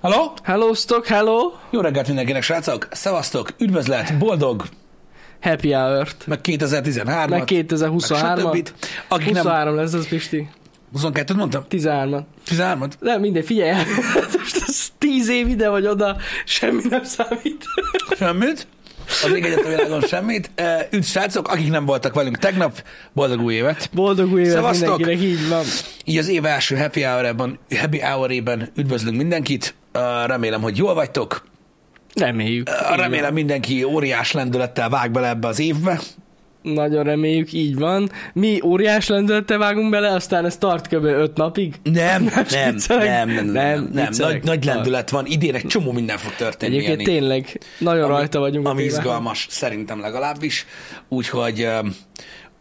Halló? Hello, stock, hello! Jó reggelt mindenkinek, srácok! Szevasztok! Üdvözlet! Boldog! Happy hour-t. Meg 2013-at! Meg 2023-at. stb. Akik nem... 23 lesz az, Pisti. 22-t mondtam? 13-at. 13-at? Nem, mindegy, figyelj el. Most az 10 év ide vagy oda, semmi nem számít. Semmit? Az még egyet a világon semmit. Eh, Üdv srácok, akik nem voltak velünk tegnap, boldog új évet! Boldog új évet Szevasztok! mindenkinek, így van. Így az év első happy hour-ában, happy hour-ében üdvözlünk mindenkit. Eh, Remélem, hogy jól vagytok. Reméljük. Eh, Így van. Remélem mindenki óriás lendülettel vág bele ebbe az évbe. Nagyon reméljük, így van. Mi óriás lendülettel vágunk bele, aztán ez tart kb. 5 napig. Nem, nem, nem, viccelek. nem, nem, Nem, nem, nem. viccelek. Nagy, nagy lendület van, idén egy csomó minden fog történni. Egyébként Jani. tényleg, nagyon rajta vagyunk. a Ami tévában. izgalmas, szerintem legalábbis. Úgyhogy, öm,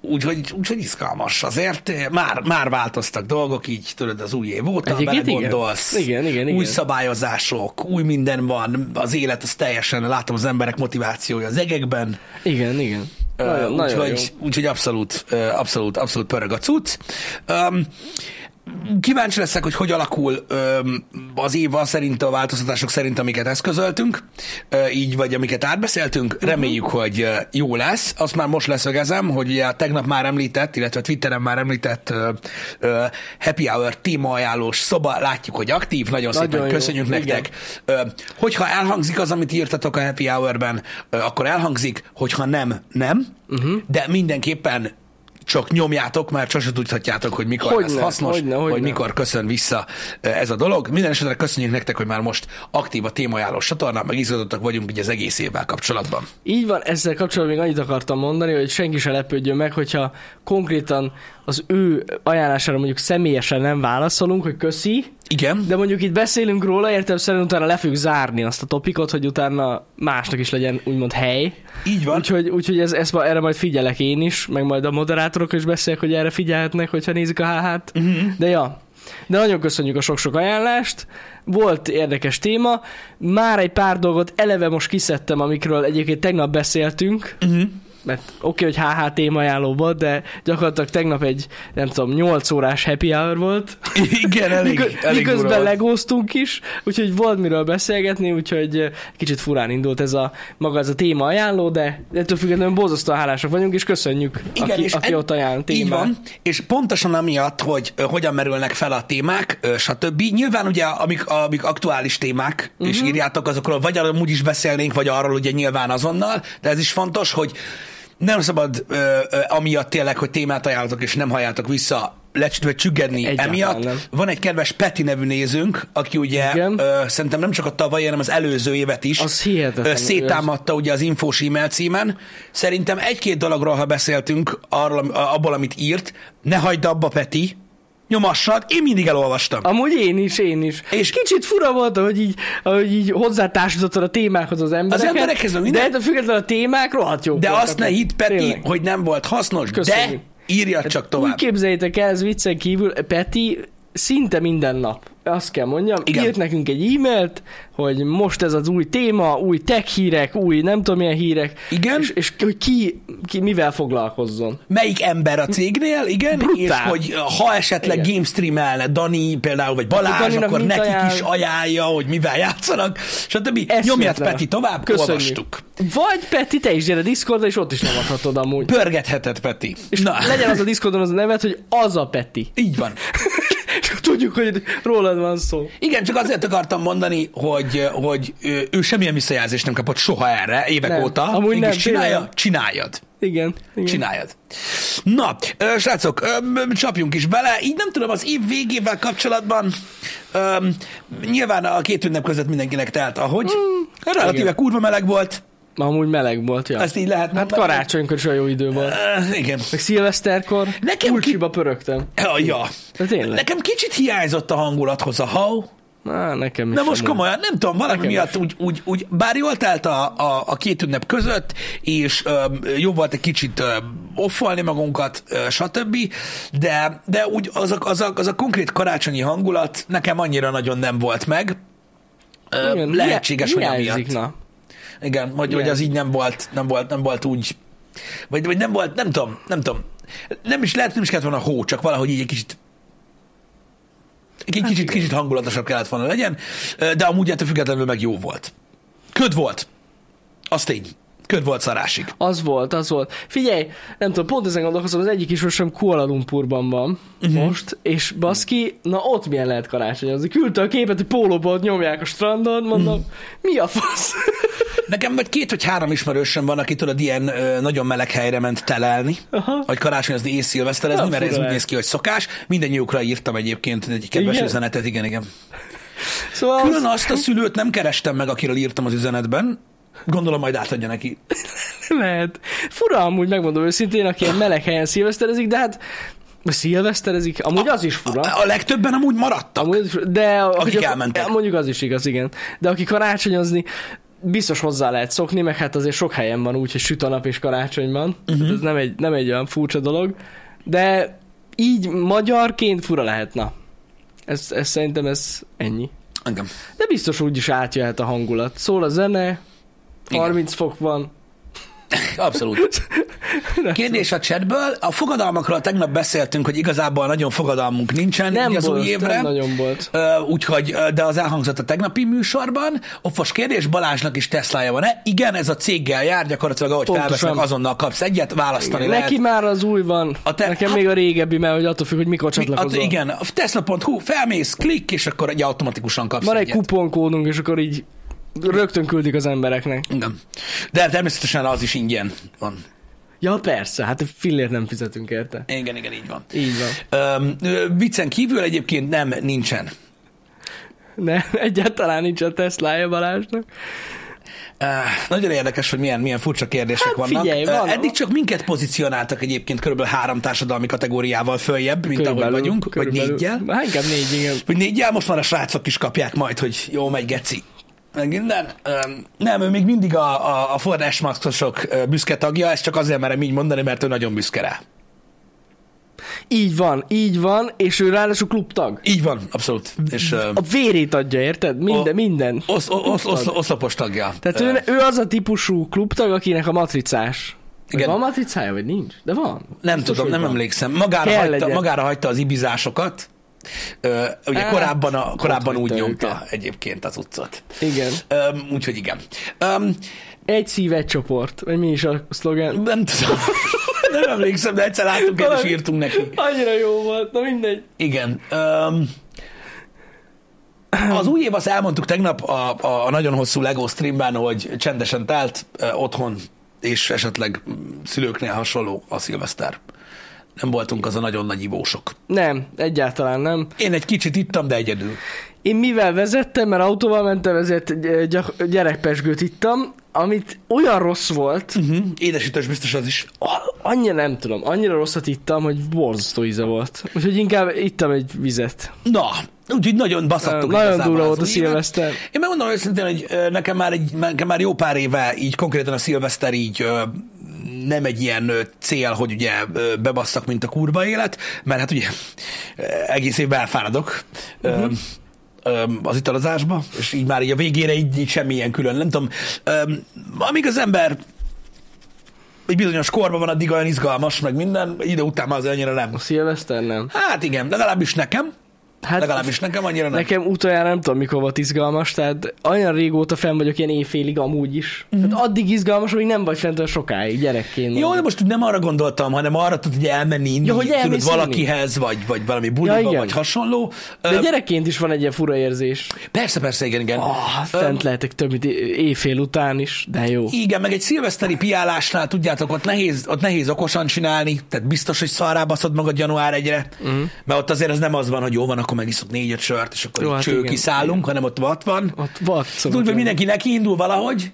úgyhogy, úgyhogy izgalmas. Azért már, már változtak dolgok, így tudod, az új év óta, Egyébként igen. belegondolsz. Igen, igen, igen. Új szabályozások, új minden van, az élet az teljesen, látom az emberek motivációja az egekben. Igen, igen. Ö, Nagyon, nagyon jó. úgyhogy, úgyhogy abszolút, ö, abszolút, abszolút pörög a cucc. Öm, kíváncsi leszek, hogy hogy alakul öm, az év az szerint a változtatások szerint, amiket eszközöltünk, ö, így vagy amiket átbeszéltünk. Mhm. Reméljük, hogy ö, jó lesz. Azt már most leszögezem, hogy ugye a tegnap már említett, illetve Twitteren már említett ö, ö, happy hour témaajánlós szoba, látjuk, hogy aktív, nagyon, Nagyon szépen jó, köszönjük igen. nektek. Ö, Hogyha elhangzik az, amit írtatok a Happy Hour-ben, ö, akkor elhangzik, hogyha nem, nem, Mhm. uh-huh. de mindenképpen csak nyomjátok, mert sose tudhatjátok, hogy mikor Hogyne, lesz hasznos, hogyne, hogyne. hogy mikor köszön vissza ö, ez a dolog. Minden esetre köszönjük nektek, hogy már most aktív a témajáló csatorna, meg izgatottak vagyunk ugye az egész évvel kapcsolatban. Így van, ezzel kapcsolatban még annyit akartam mondani, hogy senki se lepődjön meg, hogyha konkrétan az ő ajánlására mondjuk személyesen nem válaszolunk, hogy köszi, Igen, de mondjuk itt beszélünk róla, értem szerint utána le fogjuk zárni azt a topikot, hogy utána másnak is legyen úgymond hely. így van. Úgyhogy, úgyhogy ez, ez, ma- erre majd figyelek én is, meg majd a moderátorok is beszélek, hogy erre figyelhetnek, hogyha nézik a HH-t. Mhm. Uh-huh. De ja, de nagyon köszönjük a sok-sok ajánlást. Volt érdekes téma. Már egy pár dolgot eleve most kiszedtem, amikről egyébként tegnap beszéltünk. Mhm. Uh-huh. Mert oké, okay, hogy HH témajánló volt, de gyakorlatilag tegnap egy, nem tudom, 8 órás happy hour volt. Igen, elég, Mikö- elég durva miközben volt. legóztunk is, úgyhogy volt miről beszélgetni, úgyhogy eh, kicsit furán indult ez a maga ez a téma ajánló, de ettől függetlenül borzasztóan hálásak vagyunk, és köszönjük, Igen, aki, és aki en- ott ajánl Így témát. van, és pontosan amiatt, hogy ö, hogyan merülnek fel a témák, ö, stb. Nyilván ugye, amik, amik aktuális témák, uh-huh. Mhm. és írjátok azokról, vagy arról úgy is beszélnénk, vagy arról ugye nyilván azonnal, de ez is fontos, hogy nem szabad ö, ö, amiatt tényleg, hogy témát ajánlatok, és nem halljátok vissza, lecs- vagy csüggedni Egyáltalán emiatt. nem. Van egy kedves Peti nevű nézőnk, aki ugye Igen. ö, szerintem nem csak a tavalyi, hanem az előző évet is Az hihetetlen, ö, ő az- széttámad támadta ugye az infós e-mail címen. Szerintem egy-két dologról, ha beszéltünk arról, am- abból, amit írt, ne hagyd abba, Peti, nyomassad, én mindig elolvastam. Amúgy én is, én is. És- És kicsit fura volt, hogy így, hogy így hozzátársítottad a témákhoz az embereket. emberekhez, meg minden. de ettől függetlenül a témák rohadt jók De voltak. azt ne hidd, Peti, Tényleg. hogy nem volt hasznos, Köszönjük. Hát de írja csak tovább. Úgy képzeljétek el, ez viccen kívül, Peti szinte minden nap, azt kell mondjam, Igen. Igen. írt nekünk egy e-mailt, hogy most ez az új téma, új tech hírek, új nem tudom milyen hírek, Igen. és, és hogy ki, ki mivel foglalkozzon. Melyik ember a cégnél, igen, Brutál. és hogy ha esetleg Igen. game streamelne Dani például, vagy Balázs, Daninak akkor mit nekik ajánl? is ajánlja, hogy mivel játszanak, stb. Nyomját Eszméletlen. Peti tovább, Köszönjük. olvastuk. Vagy Peti, te is gyere Discordra, és ott is lemadhatod amúgy. Pörgethetett Peti. És Na. legyen az a Discordon az a neved, hogy az a Peti. Így van. És akkor tudjuk, hogy rólad van szó. Igen, csak azért akartam mondani, hogy, hogy ő, ő semmilyen visszajelzést nem kapott soha erre, évek Nem. óta. Amúgy Mégis nem, csinálja, tényleg. csináljad. Igen. igen. Csináljad. Na, ö, srácok, ö, m- csapjunk is bele. Így nem tudom, az év végével kapcsolatban ö, nyilván a két ünnep között mindenkinek telt, ahogy. Relatíve Hmm, hát igen. kurva meleg volt, Amúgy meleg volt, ja. ezt így lehet Hát karácsonykor is olyan jó idő volt. Ö, igen. Meg szilveszterkor Nekem Nekem kulcsiba pörögtem. Ja, ja. De tényleg. Nekem kicsit hiányzott a hangulathoz a hau. Á, nekem is. Na most amúgy. komolyan, nem tudom, valami Nekem miatt úgy, úgy, úgy, bár jól telt a, a, a két ünnep között, és öm, jó volt egy kicsit öm, offolni magunkat, ö, stb., de, de úgy az a, az, a, az a konkrét karácsonyi hangulat nekem annyira nagyon nem volt meg. Ö, Igen, lehetséges, hogy hiá- amiatt. hiányzik, Na. Igen, hogy, hogy Igen. az így nem volt, nem volt, nem volt úgy, vagy, vagy nem volt, nem tudom, nem tudom. Nem is lehet, nem is kellett volna hó, csak valahogy így egy kicsit Egy hát kicsit, kicsit hangulatosabb kellett volna legyen, de amúgy ettől függetlenül meg jó volt. Köd volt. Az tény. Köd volt szarásig. Az volt, az volt. Figyelj, nem tudom, pont ezen gondolkozom, az egyik ismerősöm Kuala Lumpurban van Mhm. uh-huh. most, és baszki, na ott milyen lehet karácsonyozni. Küldte a képet, hogy pólóba ott nyomják a strandon, mondom, Mhm. uh-huh. mi a fasz? Nekem vagy két vagy három ismerősöm van, akitől tudod ilyen ö, nagyon meleg helyre ment telelni, Aha. vagy karácsonyozni és szilveszterezni, Na, mert ez fura. úgy néz ki, hogy szokás. Mindennyiukra írtam egyébként egy kedves Igen? üzenetet, igen, igen. Szóval az, Külön azt a szülőt nem kerestem meg, akiről írtam az üzenetben. Gondolom majd átadja neki. lehet. Fura amúgy, megmondom őszintén, aki ilyen meleg helyen szilveszterezik, de hát vagy szilveszterezik, amúgy az is fura. A legtöbben amúgy maradtak. Amúgy, az is fura, de akik elmentek. Mondjuk az is igaz, igen. De aki karácsonyozni, biztos hozzá lehet szokni, meg hát azért sok helyen van úgy, hogy süt a nap és karácsony van. Uh-huh. Mhm. Ez nem egy, nem egy olyan furcsa dolog. De így magyarként fura lehetna. Ez, ez szerintem ez ennyi. Engem. De biztos úgy is átjöhet a hangulat. Szól a zene, Igen. 30 fok van. Abszolút. Kérdés a chatből. A fogadalmakról tegnap beszéltünk, hogy igazából nagyon fogadalmunk nincsen Nem így az volt, új évre. nem nagyon volt. Ö, Úgyhogy, ö, de az elhangzott a tegnapi műsorban. Offos kérdés, Balázsnak is Teslája van-e? Igen, ez a céggel jár, gyakorlatilag ahogy Pontosan. felvesznek, azonnal kapsz egyet, választani Neki lehet. már az új van, A te- nekem hát- még a régebbi, mert hogy attól függ, hogy mikor At, csatlakozol. igen, a tesla.hu, felmész, klikk, és akkor egy automatikusan kapsz Van egy egyet. kuponkódunk, és akkor így rögtön küldik az embereknek. Igen. De természetesen az is ingyen van. Ja, persze, hát fillért nem fizetünk érte. Igen, igen, így van. Így van. Öm, ö, viccen kívül egyébként nem, nincsen. Ne, egyáltalán nincs a Teslája Balázsnak. Uh, nagyon érdekes, hogy milyen, milyen furcsa kérdések Hát vannak. figyelj, Ö, van- Eddig csak minket pozícionáltak egyébként körülbelül három társadalmi kategóriával följebb, mint ahogy vagyunk, vagy négyel. Hát inkább négy, igen. Hogy négyel, most már a srácok is kapják majd, hogy jó, megy geci. Meg Minden. Öm, Nem, ő még mindig a, a, a forrásmaszkosok ö, büszke tagja, ezt csak azért merem így mondani, mert ő nagyon büszke rá. Így van, így van, és ő ráadásul klubtag. Így van, abszolút. És ö, A vérét adja, érted? Minden, A- minden. osz, osz, osz, oszlopos tagja. Tehát Ö, ő, ő az a típusú klubtag, akinek a matricás. Vagy Igen. Van matricája, vagy nincs? De van. Nem Biztos, tudom, hogy nem van. emlékszem. Magára Kell hagyta, legyen. magára hagyta az ibizásokat. Ö, ugye Á, korábban, a, korábban ott úgy hagyta nyomta egyébként az utcot. Igen. Öm, úgyhogy igen. Öm, Egy szív, egy csoport. Vagy mi is a szlogen? nem tudom, nem emlékszem, de egyszer láttunk egyet, és Valami- írtunk neki. Annyira jó volt, na mindegy. Igen. Öm, az új év, azt elmondtuk tegnap a, a, a nagyon hosszú LEGO streamben, hogy csendesen telt ö, otthon, és esetleg mm, szülőknél hasonló a szilveszter. Nem voltunk az a nagyon nagy ivósok. Nem, egyáltalán nem. Én egy kicsit ittam, de egyedül. Én mivel vezettem, mert autóval mentem, ezért gy- gyak- gyerekpesgőt ittam, amit olyan rossz volt, Uh-huh. Édesítős biztos az is. a- annyira nem tudom, annyira rosszat ittam, hogy borzasztó íze volt. Úgyhogy inkább ittam egy vizet. Na, úgyhogy nagyon baszattuk. Nagyon igazából durva az volt a új évet. szilveszter. Én megmondom őszintén, hogy ö, nekem már, egy, nekem már jó pár éve így konkrétan a szilveszter így ö, nem egy ilyen ö, cél, hogy ugye ö, bebasszak, mint a kurva élet, mert hát ugye ö, egész évben elfáradok uh-huh. az italozásba, és így már így a végére így, így semmilyen külön, nem tudom. Ö, Amíg az ember egy bizonyos korban van, addig olyan izgalmas, meg minden, egy idő után már az annyira nem. A szilveszter nem. Hát igen, legalábbis nekem. Hát legalábbis nekem annyira nem. Nekem utoljára nem tudom, mikor volt izgalmas, tehát olyan régóta fenn vagyok ilyen éjfélig amúgy is. Mm-hmm. Tehát addig izgalmas, hogy nem vagy fent olyan sokáig gyerekként. Jó, de most úgy nem arra gondoltam, hanem arra tudod, hogy elmenni inni, hogy tudod, elmész valakihez, vagy, vagy valami buliba, Ja, igen. vagy hasonló. de Ö, gyerekként is van egy ilyen fura érzés. Persze, persze, igen, igen. Ah, Ö, fent lehetek több mint é- éjfél után is, de jó. Igen, meg egy szilveszteri piálásnál, tudjátok, ott nehéz, ott nehéz okosan csinálni, tehát biztos, hogy szarrá baszod magad január egyre, Mhm. uh-huh. mert ott azért ez nem az van, hogy jó van, akkor megiszok négy-öt sört, és akkor Jó, jó, hát hát cső igen, kiszállunk, hanem ott vat van. Ott vad Tudod, szóval. hogy mindenki neki indul valahogy,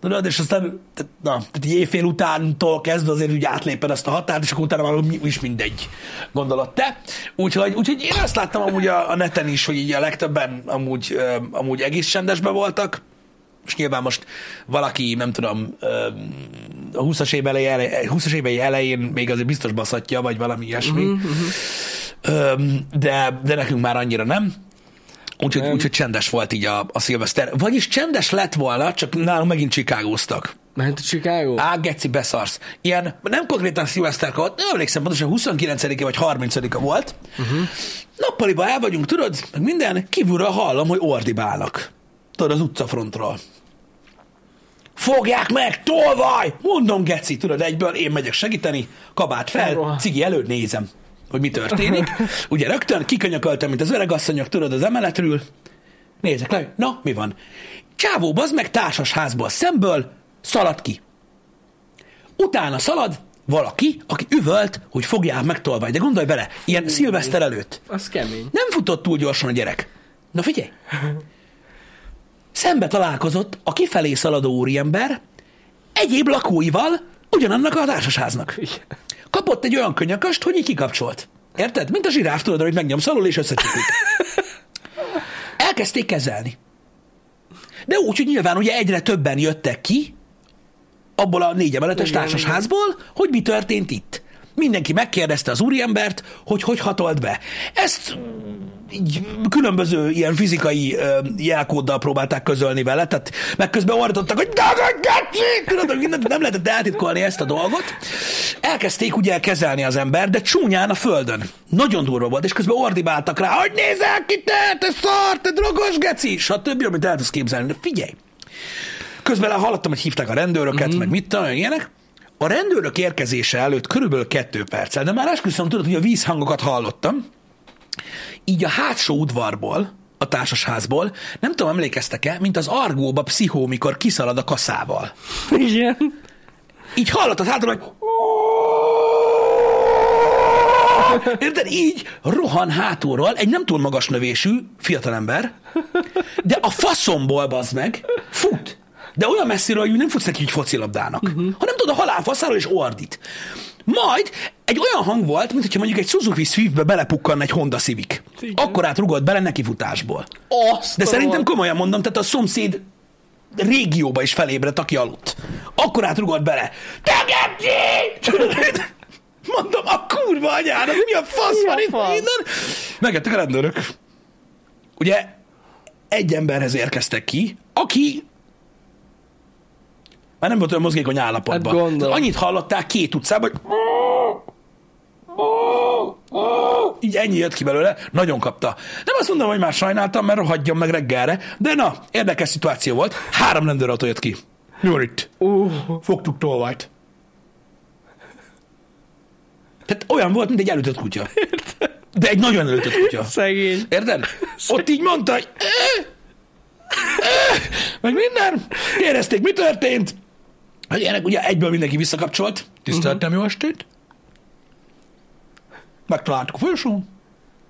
tudod, és aztán tehát, na, tehát így éjfél utántól kezdve azért úgy átléped azt a határt, és akkor utána már mi- is mindegy, gondolod te. Úgyhogy, úgyhogy én azt láttam amúgy a, a neten is, hogy így a legtöbben amúgy, ö, amúgy egész csendesben voltak, és nyilván most valaki, nem tudom, ö, a 20-as év elején, 20 évei elején még azért biztos baszatja, vagy valami ilyesmi, Ö, de, de nekünk már annyira nem. Úgyhogy, úgyhogy csendes volt így a, a szilveszter. Vagyis csendes lett volna, csak nálunk megint csikágóztak. Ment a Chicago? Á, geci, beszarsz. Ilyen, nem konkrétan szilveszterkor, nem emlékszem pontosan, 29-e vagy 30-a volt. Uh-huh. Nappaliba el vagyunk, tudod, meg minden, kívülről hallom, hogy ordibálnak. Tudod, az utcafrontról. Fogják meg, tolvaj! Mondom, geci, tudod, egyből én megyek segíteni, kabát fel, Arról. cigi előtt nézem, hogy mi történik. Ugye rögtön kikönyököltem, mint az öregasszonyok, tudod, az emeletről. Nézek le, na, mi van? Csávó, bazd meg társas házból szemből, szalad ki. Utána szalad valaki, aki üvölt, hogy fogják meg tolvaj. De gondolj bele, ilyen szilveszter előtt. Az kemény. Nem futott túl gyorsan a gyerek. Na figyelj! Szembe találkozott a kifelé szaladó úriember egyéb lakóival ugyanannak a társasháznak. Igen. Kapott egy olyan könyököst, hogy így kikapcsolt. Érted? Mint a zsiráf, tudod, hogy megnyomsz alul és összecsukik. Elkezdték kezelni. De úgy, hogy nyilván ugye egyre többen jöttek ki abból a négy emeletes Igen, társasházból, hogy mi történt itt. Mindenki megkérdezte az úriembert, hogy hogy hatolt be. Ezt így különböző ilyen fizikai ö, jelkóddal próbálták közölni vele, tehát meg közben ordítottak, hogy "De, de, geci!" Tudod, mindent, nem lehetett eltitkolni ezt a dolgot. Elkezdték ugye kezelni az ember, de csúnyán a földön. Nagyon durva volt, és közben ordibáltak rá, hogy nézel ki te, te szar, te drogos geci, stb., amit el tudsz képzelni. De figyelj, Közben hallottam, hogy hívták a rendőröket, mm. meg mit tudom, én, ilyenek. A rendőrök érkezése előtt körülbelül kettő perccel, de már esküszöm, tudod, hogy a vízhangokat hallottam, így a hátsó udvarból, a társasházból, nem tudom, emlékeztek-e, mint az argóba pszichó, mikor kiszalad a kaszával. Igen. Így hallottad hátra, hogy Érted? Így rohan hátulról egy nem túl magas növésű fiatalember, de a faszomból bazd meg, fut. De olyan messziről, hogy nem futsz neki így focilabdának, uh-huh. hanem tudod, a halál faszáról és ordít. Majd egy olyan hang volt, mint hogyha mondjuk egy Suzuki Swiftbe belepukkan egy Honda Civic. Igen. Akkor át rugott bele nekifutásból. Azt De szerintem komolyan mondom, tehát a szomszéd régióba is felébredt, aki aludt. Akkor átrugott bele. Te geci! Mondom, a kurva anyának, mi a fasz Mi a van itt fasz? minden? Megettek a rendőrök. Ugye egy emberhez érkeztek ki, aki már nem volt olyan mozgékony állapotban. Hát gondolom. Tehát annyit hallották két utcában, hogy így ennyi jött ki belőle, nagyon kapta. Nem azt mondom, hogy már sajnáltam, mert rohadjon meg reggelre, de na, érdekes szituáció volt. Három rendőrautó jött ki. Mi van itt? Uh, Fogtuk tolvajt. Tehát olyan volt, mint egy előtött kutya. De egy nagyon előtött kutya. szegény. Érted? Ott így mondta, hogy "Ö, ö", meg minden. Kérdezték, mi történt. Hát ilyenek ugye egyből mindenki visszakapcsolt. Mhm. Tiszteltem, jó estét. Megtaláltuk a folyosón.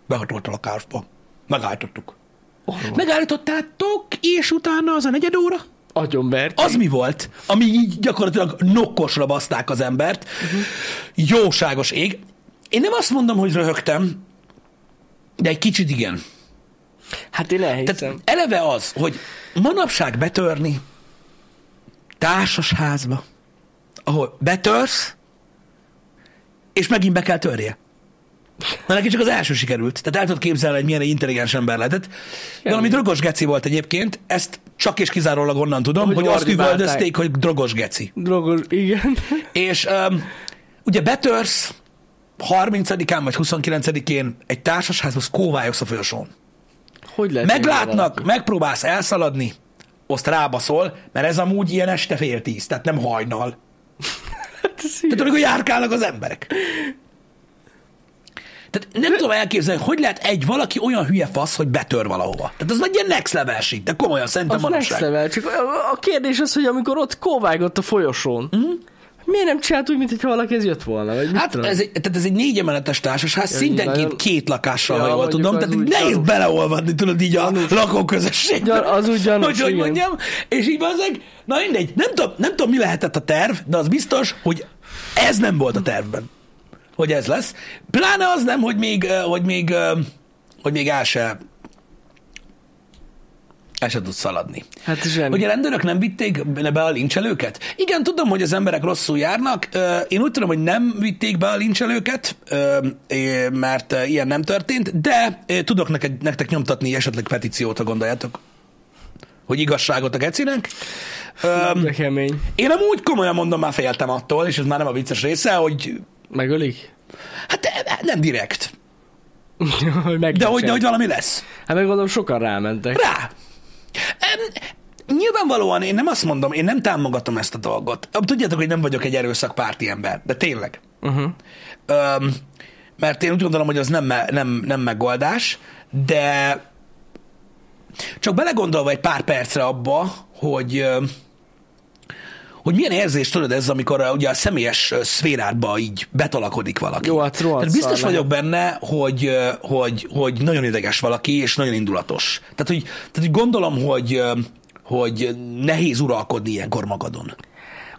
Behatolt a lakásba. Megállítottuk. Megállítottátok, és utána az a negyed óra? Agyonbert. Az mi volt, ami így gyakorlatilag nokkosra baszták az embert? Uh-huh. Jóságos ég. Én nem azt mondom, hogy röhögtem, de egy kicsit igen. Hát én Tehát elhiszem. eleve az, hogy manapság betörni társasházba, ahol betörsz, és megint be kell törje. Na neki csak az első sikerült. Tehát el tudod képzelni, hogy milyen egy intelligens ember lehetett. Valami drogos geci volt egyébként, ezt csak és kizárólag onnan tudom, hogy, Hogy hogy azt ordibálták. üvöldözték, hogy drogos geci. Drogos, igen. És um, ugye betörsz 30-án vagy 29-én egy társasházba, az kóvályogsz a folyosón. Hogy lehet? Meglátnak, megpróbálsz elszaladni, azt rábaszol, mert ez amúgy ilyen este fél tíz, tehát nem hajnal. Tehát amikor járkálnak az emberek. Tehát nem tudom elképzelni, hogy lehet egy valaki olyan hülye fasz, hogy betör valahova. Tehát az nagy ilyen next level shit, de komolyan szerintem Az next manapság. level. Csak a- a kérdés az, hogy amikor ott kovágott a folyosón, mm? miért nem csinált úgy, mintha valaki ez jött volna? Vagy mit Mhm. Hát tudom? ez egy, tehát ez egy négy emeletes társaság, szintenként nyilván- két lakással, Ja, ha jól mondjuk tudom, az tehát úgy nehéz gyanús. beleolvadni, tudod így a lakóközösségbe. Gyan- az úgy gyanús, Hogy hogy igen. mondjam, és így azok, na mindegy, nem tudom, nem tudom, mi lehetett a terv, de az biztos, hogy ez nem volt a tervben, hogy ez lesz. Pláne az nem, hogy még, ö, hogy még, ö, hogy még el se, el se tud szaladni. Hát zseni. Hogy a rendőrök nem vitték be a lincselőket? Igen, tudom, hogy az emberek rosszul járnak. Ö, Én úgy tudom, hogy nem vitték be a lincselőket, ö, é, mert ö, ilyen nem történt, de ö, tudok neked- nektek nyomtatni esetleg petíciót, ha gondoljátok, hogy igazságot a gecinek. Öm, De kemény. én amúgy komolyan mondom, már féltem attól, és ez már nem a vicces része, hogy Megölik? hát de- nem direkt, hogy de hogy, de megdicsenek. hogy valami lesz. Hát meg gondolom sokan rámentek. Rá! Em, nyilvánvalóan én nem azt mondom, én nem támogatom ezt a dolgot. Am, Tudjátok, hogy nem vagyok egy erőszakpárti ember, de tényleg. Uh-huh. Öm, mert én úgy gondolom, hogy az nem, me- nem, nem megoldás, de csak belegondolva egy pár percre abba, hogy öm, hogy milyen érzés tudod ez, amikor a, ugye a személyes ö, szférádba így betolakodik valaki. Jó, hát rohadt Tehát biztos szar vagyok benne, hogy, ö, hogy, hogy nagyon ideges valaki, és nagyon indulatos. Tehát, hogy, tehát, hogy gondolom, hogy, ö, hogy nehéz uralkodni ilyenkor magadon.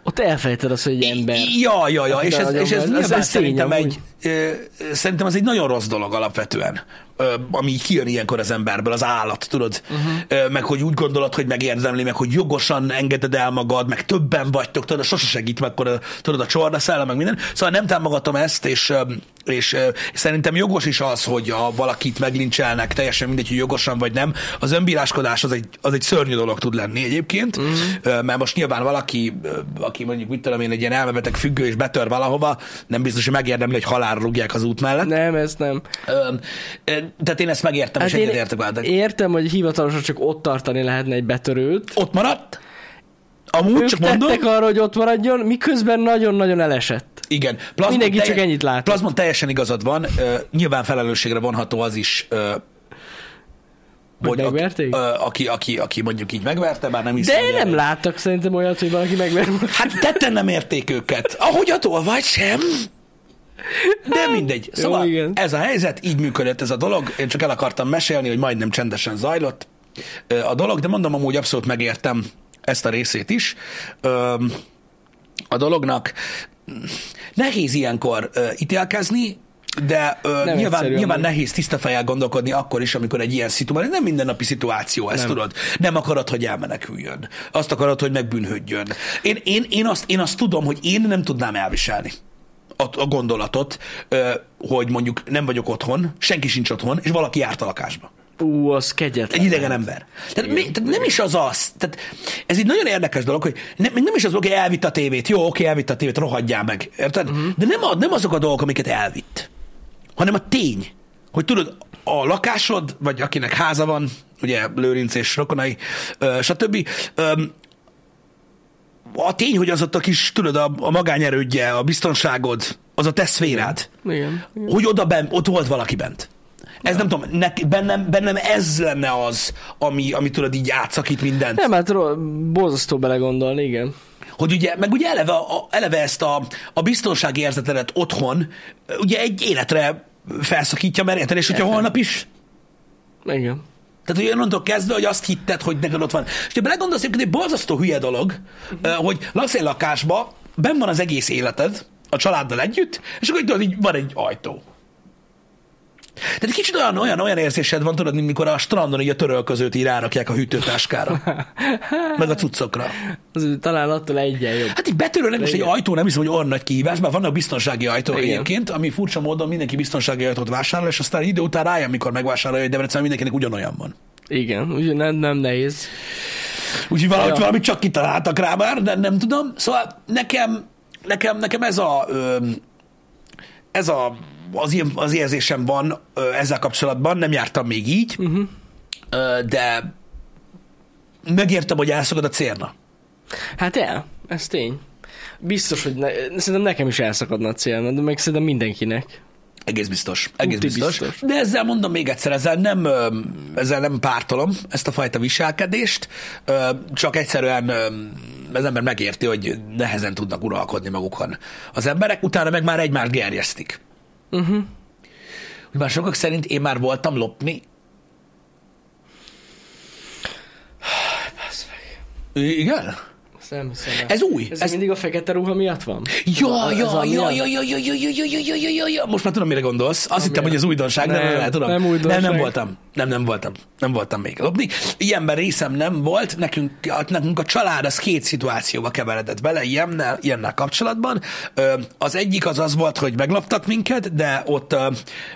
Ott elfelejted azt, hogy egy ember. Ja, ja, ja, és Hát De ez, nagyon és ez gond- nyilván ez egy tény szerintem amúgy. egy, ö, szerintem ez egy nagyon rossz dolog alapvetően, ö, ami így kijön ilyenkor az emberből, az állat, tudod, Mhm. uh-huh. meg hogy úgy gondolod, hogy megérdemli, meg hogy jogosan engeded el magad, meg többen vagytok, tudod, sose segít meg, akkor, ö, tudod, a csorda szellem, meg minden. Szóval nem támogatom ezt, és, ö, és ö, szerintem jogos is az, hogy ha valakit meglincselnek, teljesen mindegy, hogy jogosan vagy nem, az önbíráskodás az egy, az egy szörnyű dolog tud lenni egyébként, Mhm. uh-huh. mert most nyilván valaki, ö, aki mondjuk, mit tudom én, egy ilyen elmebeteg függő és betör valahova, nem biztos, hogy megérdemli, hogy halálra rúgják az út mellett. Nem, ez nem. Öm, ö, Tehát én ezt megértem, hát és én egyetértek veled. értem, hogy hivatalosan csak ott tartani lehetne egy betörőt. Ott maradt? Amúgy Ők csak mondom. tettek arra, hogy ott maradjon, miközben nagyon-nagyon elesett. Igen. Plazmon Mindenki csak ennyit látott. Plazmon teljesen igazad van, ö, nyilván felelősségre vonható az is, ö, hogy aki- megverték? ö, aki, aki, aki mondjuk így megverte, már nem is. De nem láttak szerintem olyat, hogy valaki megver. Hát tetten nem érték őket. Ahogy a tolvaj sem. De mindegy. Jó, Szóval igen. ez a helyzet, így működött ez a dolog. Én csak el akartam mesélni, hogy majdnem csendesen zajlott ö, a dolog, de mondom, amúgy abszolút megértem ezt a részét is öm, a dolognak. Nehéz ilyenkor ö, ítélkezni, de ö, Nem nyilván, egyszerű, nyilván amúgy. nehéz tiszta fejjel gondolkodni akkor is, amikor egy ilyen szituáció, nem mindennapi szituáció, ezt nem. tudod. Nem akarod, hogy elmeneküljön. Azt akarod, hogy megbűnhődjön. Én, én, én, azt, én azt tudom, hogy én nem tudnám elviselni a, a gondolatot, ö, hogy mondjuk nem vagyok otthon, senki sincs otthon, és valaki járt a lakásba. Ú, az Egy kegyetlen. idegen ember. Tehát, mi, tehát nem is az az. Tehát ez egy nagyon érdekes dolog, hogy nem, nem is az, hogy elvitt a tévét. Jó, oké, elvitt a tévét, rohadjál meg. Érted? Uh-huh. De nem, a, nem azok a dolgok, amiket elvitt, hanem a tény, hogy tudod, a lakásod, vagy akinek háza van, ugye Lőrinc és rokonai, ö, stb. Ö, a tény, hogy az ott a kis, tudod, a, a magányerődje, a biztonságod, az a te szférád Igen. hogy oda bent, ott volt valaki bent. Ez nem tudom, ne, bennem, bennem ez lenne az, ami, ami tudod így átszakít mindent. Nem. Nem, hát ro- borzasztó belegondolni, igen. Hogy ugye, meg ugye eleve, a, eleve ezt a, a biztonsági érzetedet otthon, ugye egy életre felszakítja, mert érted, és hogyha holnap is, Igen. tehát, hogy onnantól kezdve, hogy azt hitted, hogy neked ott van. És ha belegondolsz, egyébként egy borzasztó hülye dolog, uh-huh. hogy laksz egy lakásba, benn van az egész életed, a családdal együtt, és akkor tudod, így van egy ajtó. Tehát egy kicsit olyan, olyan, olyan érzésed van, tudod, mint mikor a strandon így a törölközőt így rárakják a hűtőtáskára. meg a cuccokra. Az talán attól egyen jobb. Hát így betörőleg most egy igen. ajtó, nem hiszem, hogy olyan nagy kihívás, mert vannak biztonsági ajtók Igen. egyébként, ami furcsa módon mindenki biztonsági ajtót vásárol, és aztán idő után rájön, mikor megvásárolja, hogy Debrecen mindenkinek ugyanolyan van. Igen, ugye nem, nem nehéz. Úgyhogy valahogy Ja. valamit csak kitaláltak rá már, de nem tudom. Szóval nekem, nekem, nekem ez a, ö, ez a az, ilyen- az érzésem van ö, ezzel kapcsolatban, nem jártam még így, uh-huh. ö, de megértem, hogy elszakad a célna. Hát el, ez tény. Biztos, hogy ne, szerintem nekem is elszakadna a célna, de meg szerintem mindenkinek. Egész biztos. Egész Tuti biztos. biztos. biztos. De ezzel mondom még egyszer, ezzel nem, ö, ezzel nem pártolom ezt a fajta viselkedést, ö, csak egyszerűen ö, az ember megérti, hogy nehezen tudnak uralkodni magukon az emberek, utána meg már egymást gerjesztik. Mhm. Uh-huh. Már sokak szerint én már voltam lopni. Basz meg. I- Igen? Ezt nem hiszem el. Ez új. Ez, Ez- ez, mindig a fekete ruha miatt van? Ja, Ez ja, a ja, ja, milyen? ja, ja, ja, ja, ja, ja, ja, ja, ja, ja. Most már tudom, mire gondolsz. Azt hittem, milyen? hogy ez újdonság, nem, nem, Nem, nem, tudom. nem újdonság. Nem, nem voltam. Nem, nem voltam. Nem voltam még lopni. Ilyenben részem nem volt. Nekünk, a- nekünk a család az két szituációba keveredett bele, ilyennel, ilyennel kapcsolatban. Ö, Az egyik az az volt, hogy megloptak minket, de ott, ö, Mhm.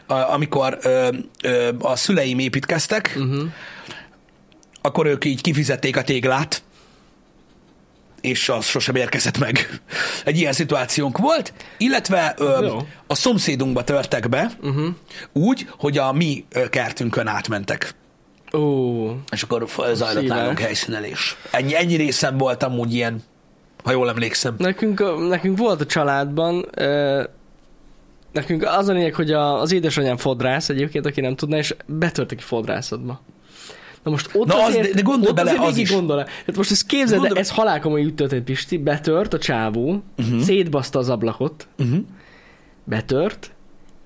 a- amikor ö, ö, a szüleim építkeztek, uh-huh. akkor ők így kifizették a téglát, és az sosem érkezett meg. Egy ilyen szituációnk volt, illetve ö, Jó. a szomszédunkba törtek be, uh-huh. úgy, hogy a mi ö, kertünkön átmentek. Ó, És akkor f- zajlott Szíves. nálunk helyszínelés. Ennyi, ennyi részem volt amúgy ilyen, ha jól emlékszem. nekünk, a- nekünk volt a családban, ö, nekünk az a lényeg, hogy a, az édesanyám fodrász egyébként, aki nem tudná, és betört egy fodrászatba. Na most ott Na az, azért, de- de gondolj ott bele, azért az végig is. gondol el. Tehát most ezt képzeld, Gondolj- Mhm. gondolj... ez halálkomoly úgy történt, Pisti, betört a csávó, uh-huh. szétbaszta az ablakot, Uh-huh. betört,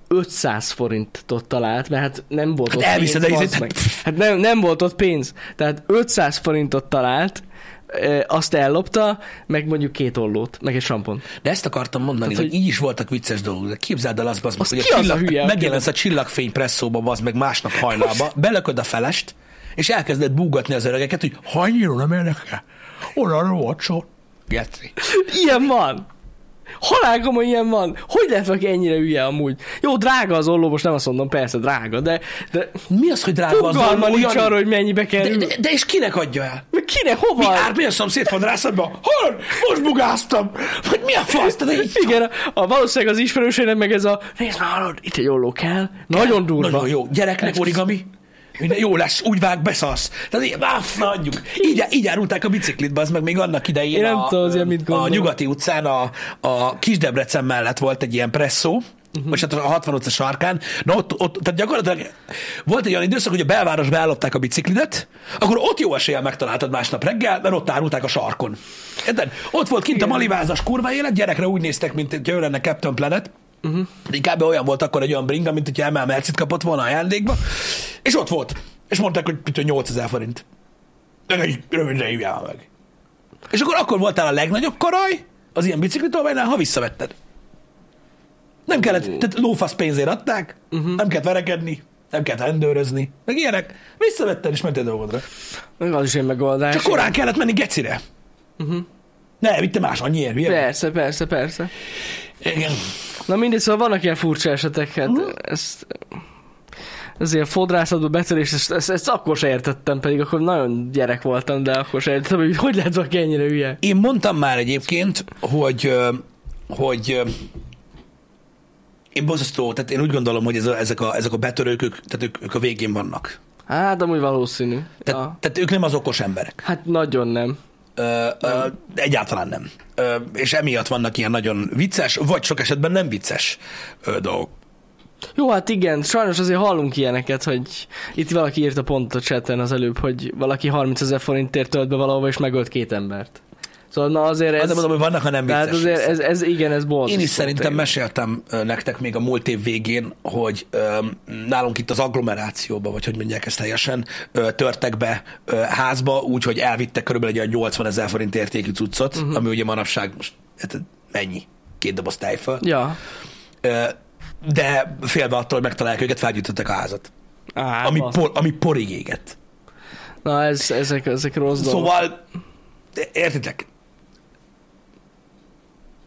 500 forintot talált, mert hát nem volt Hát ott elviszed pénz, a bazd izét, meg. pff. Hát nem, nem volt ott pénz. Tehát 500 forintot talált, eh, azt ellopta, meg mondjuk két ollót, meg egy sampont. De ezt akartam mondani, Tehát, hogy, hogy így is voltak vicces dolgok. De képzeld el azt, bazd meg, Az hogy ki az a hülye, aki- megjelensz a csillagfény presszóba, bazd meg másnap hajnalba, belököd a felest, és elkezded búgatni az öregeket, hogy hajnyira nem érdekel. Oda volt sor. Geci. Ilyen van! Halálkom, hogy ilyen van! Hogy lehet valaki ennyire hülye amúgy? Jó, drága az olló, most nem azt mondom, persze, drága, de, de Mi Hát az, hogy drága az fogalma olló, nincs Jani? arra, hogy mennyibe de, kerül. de, de, és kinek adja el? Meg kinek, hova? Mi ár, mi a szomszéd fodrászatban? Hol? Most bugáztam! Vagy mi a fasz? Tehát így- Igen, a, a valószínűleg az ismerőségnek meg ez a nézd már, hallod, itt egy olló kell. Nagyon durva. Nagyon jó. Gyereknek Ez- origami. Minden jó lesz, úgy vág, beszarsz. Tehát így, áf, na, adjuk. Így, így árulták a biciklit, az meg még annak idején Én nem a, tudom, az ilyen mit a gondol. nyugati utcán, a, a Kisdebrecen mellett volt egy ilyen presszó, Mhm. Uh-huh. Most hát a 60 utca sarkán, na ott, ott, tehát gyakorlatilag volt egy olyan időszak, hogy a belvárosba ellopták a biciklidet, akkor ott jó eséllyel megtaláltad másnap reggel, mert ott árulták a sarkon. Érted? Ott volt kint a malivázas kurva élet, gyerekre úgy néztek, mint hogyha ő lenne Captain Planet, Mhm. uh-huh. inkább olyan volt akkor egy olyan bringa, mint hogyha Emel Mercit kapott volna ajándékba, és ott volt. És mondták, hogy mit tudom, 8000 forint. De így rövidre hívjál meg. És akkor akkor voltál a legnagyobb karaj az ilyen biciklitolványnál, ha visszavetted. Nem kellett, tehát lófasz pénzért adták, uh-huh. nem kellett verekedni, nem kellett rendőrözni, meg ilyenek. Visszavetted és mentél dolgodra. Meg az is egy megoldás. Csak korán kellett menni gecire. Uh-huh. Ne, vitte más annyiért, hülye. vagy? Persze, persze, persze. Igen. Na mindegy, szóval vannak ilyen furcsa esetek, hát Mhm. uh-huh. ezt ez ilyen fodrászatba betörés, ezt, ezt, ezt, akkor se értettem, pedig akkor nagyon gyerek voltam, de akkor se értettem, hogy hogy lehet valaki ennyire hülye. Én mondtam már egyébként, hogy, ö, hogy ö, én borzasztó, tehát én úgy gondolom, hogy ez a, ezek, a, ezek a betörők, ők, tehát ők, ők a végén vannak. Hát amúgy valószínű. Te... Tehát, ja. Ja. tehát ők nem az okos emberek. Hát nagyon nem. Ö, ö, egyáltalán nem. Ö, és emiatt vannak ilyen nagyon vicces, vagy sok esetben nem vicces ö, dolgok. Jó, hát igen, sajnos azért hallunk ilyeneket, hogy itt valaki írta pont a chaten az előbb, hogy valaki 30 ezer forintért tölt be valahova, és megölt két embert. Szóval na azért Ez, ez... de hát mondom, hogy vannak, ha Hát nem tehát vicces. azért részek. ez, ez, igen, ez borzasztó. Én is szerintem tényleg. meséltem ö, nektek még a múlt év végén, hogy ö, nálunk itt az agglomerációba, vagy hogy mondják ezt teljesen, ö, törtek be ö, házba, úgyhogy elvittek körülbelül egy olyan 80 ezer forint értékű cuccot, uh-huh. ami ugye manapság most hát, mennyi? Két doboz tejföl. Ja. Ö, de félve attól, hogy megtalálják őket, felgyújtották a házat. Á, ami, basz. por, ami porig égett. Na, ez, ezek, ezek rossz dolgok. Szóval, értitek?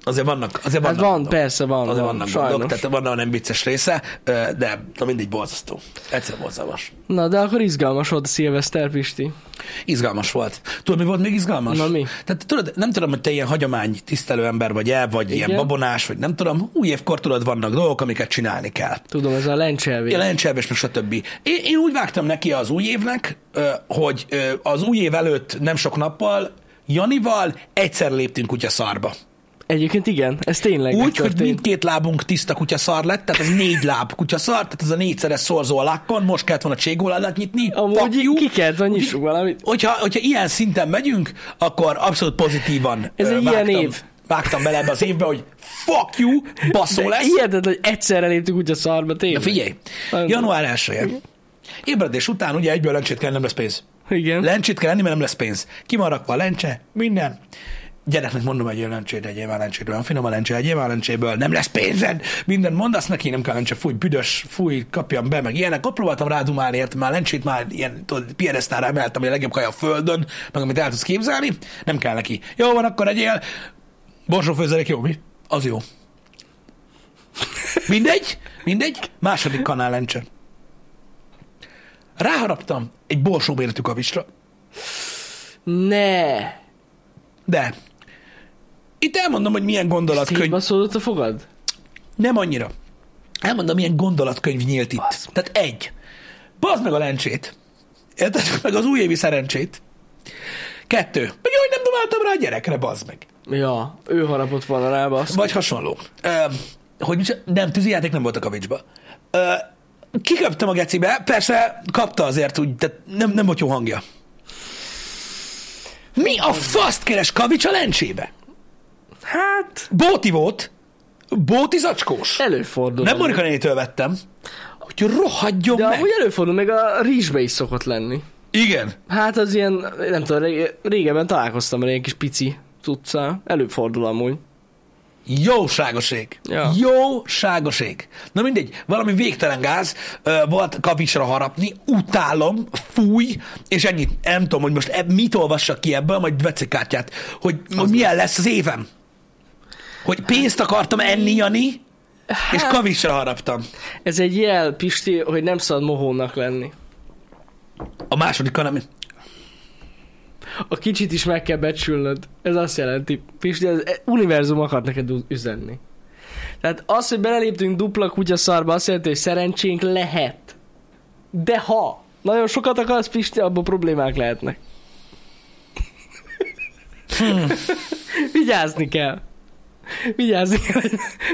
Azért vannak, azért Hát vannak van, gondok. persze, van, Azért van, vannak sajnos. gondok, tehát van a nem vicces része, ö, de na mindegy borzasztó. Egyszer borzalmas. Na, de akkor izgalmas volt a szilveszter, Pisti. Izgalmas volt. Tudod, mi volt még izgalmas? Na, mi? Tehát tudod, nem tudom, hogy te ilyen hagyomány tisztelő ember vagy el, vagy Igen. ilyen Igen. babonás, vagy nem tudom. Új évkor tudod, vannak dolgok, amiket csinálni kell. Tudom, ez a lencselvé. Jelen cserves, meg stb. Én, én úgy vágtam neki az új évnek, ö, hogy ö, az új év előtt nem sok nappal Janival egyszer léptünk kutya szarba. Egyébként igen, ez tényleg Úgy, hogy megtörtént. mindkét lábunk tiszta kutya szar lett, tehát az négy láb kutya szar, tehát ez a négyszeres szorzó a lákkon, most kellett volna cségóládát nyitni. fuck you. Amúgy ki kellett, hogy nyissuk valamit. Hogyha, hogyha ilyen szinten megyünk, akkor abszolút pozitívan Ez ö, egy ilyen vágtam, év. vágtam bele ebbe az évbe, hogy fuck you, baszó De lesz. hihetetlen, hogy egyszerre léptük úgy a szarba, tényleg. De figyelj, Nagyon január 1 Ébredés után ugye egyből lencsét kell, nem lesz pénz. Igen. Lencsét kell enni, mert nem lesz pénz. Ki van rakva a lencse, minden. Gyereknek mondom, hogy egy lencsét, egy évvel lencsét, olyan finom a lencse, egy évvel lencséből, nem lesz pénzed, minden mondasz neki, nem kell lencse, fúj, büdös, fúj, kapjam be, meg ilyenek. Ott próbáltam rádumálni, értem, már lencsét már ilyen, tudod, piedesztára emeltem, hogy a legjobb kaja a földön, meg amit el tudsz képzelni, nem kell neki. Jó van, akkor egyél, borsófőzelék jó, mi? Az jó. Mindegy, mindegy, második kanál lencse. Ráharaptam egy borsó méretű kavicsra, Ne! De itt elmondom, hogy milyen gondolatkönyv. Szétbaszódott a fogad? Nem annyira. Elmondom, milyen gondolatkönyv nyílt itt. Basz Tehát egy. Bazd meg a lencsét. Érted? Meg az újévi szerencsét. Kettő. Meg jó, hogy nem dobáltam rá a gyerekre, bazd meg. Ja, ő harapott volna rá, basz. Vagy hasonló. Ö, hogy nincs, nem, tűzijáték nem volt a kavicsba. Ö, kiköptem a gecibe, persze kapta azért, úgy, tehát nem, nem volt jó hangja. Mi a faszt keres kavics a lencsébe? Hát, Bóti volt, Bóti zacskós. előfordul. Nem Marika nénitől vettem, hogy rohadjon De meg. amúgy előfordul, meg a rizsbe is szokott lenni. Igen. Hát az ilyen, nem tudom, rége- régebben találkoztam vele ilyen kis pici cucca. Előfordul amúgy. Jóságoség. Ja. Jóságoség. Na mindegy, valami végtelen gáz ö, volt kavicsra harapni, utálom, fúj, és ennyit. Nem tudom, hogy most eb- mit olvassak ki ebből, majd vetszik kártyát, hogy, hogy milyen lesz az évem. Hogy pénzt akartam enni, Jani, és Hát- kavicsra haraptam. Ez egy jel, Pisti, hogy nem szabad mohónak lenni. A második kanami. A kicsit is meg kell becsülnöd. Ez azt jelenti, Pisti, az univerzum akart neked u- üzenni. Tehát az, hogy beleléptünk dupla kutyaszarba, azt jelenti, hogy szerencsénk lehet. De ha nagyon sokat akarsz, Pisti, abban problémák lehetnek. Vigyázni kell. Vigyázni kell,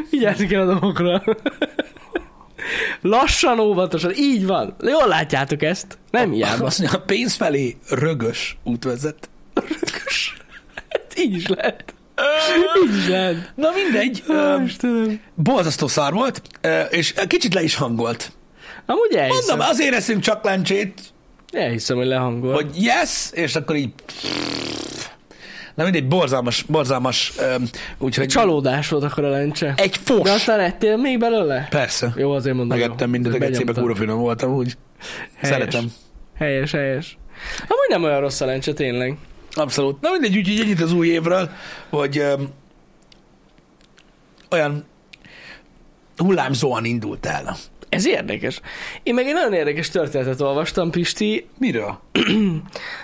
vigyázni kell a dolgokra. Lassan, óvatosan. Így van. Jól látjátok ezt. Ah. Nem hiába. Azt mondja, a pénz felé rögös út vezet. Így is lehet. Így is lehet. Na mindegy, ö, Istenem. borzasztó szár volt, ö, és kicsit le is hangolt. Amúgy elhiszem. Mondom, azért eszünk csak lencsét, Elhiszem, hogy lehangol. Hogy... hogy yes, és akkor így... Na mindegy, borzalmas, borzalmas, öm, úgyhogy... Csalódás volt akkor a lencse. Egy fos! De aztán ettél még belőle? Persze. Jó, azért mondom. jó. Megettem mindent, a Benyomtad. gecébe kúra finom voltam, úgy. Helyes. Szeretem. Helyes, helyes. Amúgy nem olyan rossz a lencse, tényleg. Abszolút. Na mindegy, úgyhogy ennyit az új évről, hogy öm, olyan hullámzóan indult el. Ez érdekes. Én meg egy nagyon érdekes történetet olvastam, Pisti. Miről?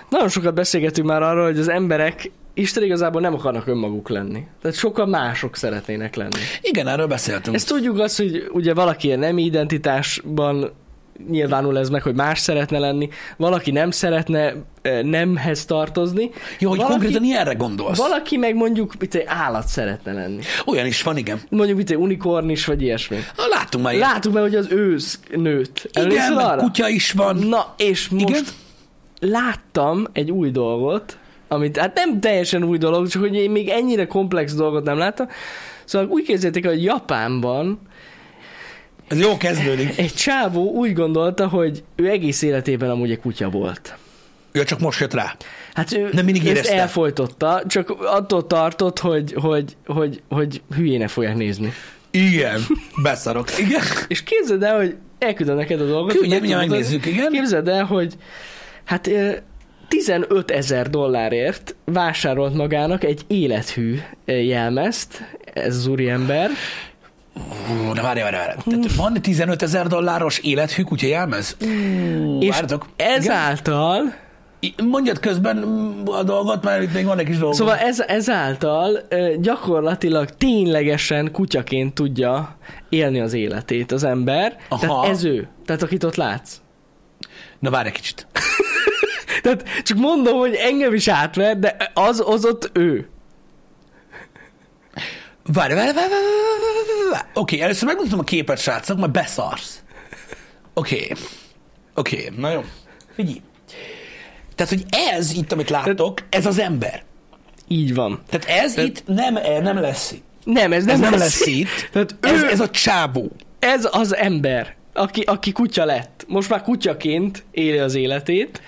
Nagyon sokat beszélgetünk már arról, hogy az emberek Isten igazából nem akarnak önmaguk lenni. Tehát sokan mások szeretnének lenni. Igen, erről beszéltünk. Ezt tudjuk azt, hogy ugye valaki ilyen nem identitásban nyilvánul ez meg, hogy más szeretne lenni, valaki nem szeretne eh, nemhez tartozni, Jó, hogy valaki- konkrétan ilyenre gondolsz. valaki meg mondjuk itt egy állat szeretne lenni. Olyan is van, igen. Mondjuk itt egy unikornis, vagy ilyesmi. Na, Láttunk már ilyet. Látunk már, hogy az ősz nőtt. Igen, Emlékszel meg arra? kutya is van. Na, és most Igen? láttam egy új dolgot, amit hát nem teljesen új dolog, csak hogy én még ennyire komplex dolgot nem láttam. Szóval úgy képzeljétek, el, hogy Japánban Ez jó kezdődik. Egy csávó úgy gondolta, hogy ő egész életében amúgy egy kutya volt. Ja, csak most jött rá. Hát ő Nem mindig ezt érezte. elfolytotta, csak attól tartott, hogy, hogy, hogy, hogy hülyének fogják nézni. Igen, beszarok. Igen. És képzeld el, hogy elküldöm neked a dolgot. Küldje, hogy mindjárt megtudod. megnézzük, igen. Képzeld el, hogy hát ö, 15 ezer dollárért vásárolt magának egy élethű ö, jelmezt, ez az úriember. Ú, de várj, várj, várj. Tehát van 15 ezer dolláros élethű kutya jelmez? Ú, És várjatok. Igen? ezáltal... I- Mondjad közben a dolgot, mert itt még van egy kis dolog. Szóval ez, ezáltal ö, gyakorlatilag ténylegesen kutyaként tudja élni az életét az ember. Aha. Tehát ez ő. Tehát akit ott látsz. Na várj egy kicsit. Tehát csak mondom, hogy engem is átver, de az, az ott ő. Várj, várj, várj, várj, várj, várj, várj, várj. Oké, először megmutatom a képet, srácok, majd beszarsz. Oké. Oké, na jó. Figyelj. Tehát, hogy ez itt, amit láttok, ez az ember. Így van. Tehát ez itt nem, e, nem lesz itt. Nem, ez nem, Ez nem lesz itt. Tehát Ez, ő, ez a csábó. ez az ember, aki, aki kutya lett. Most már kutyaként éli az életét.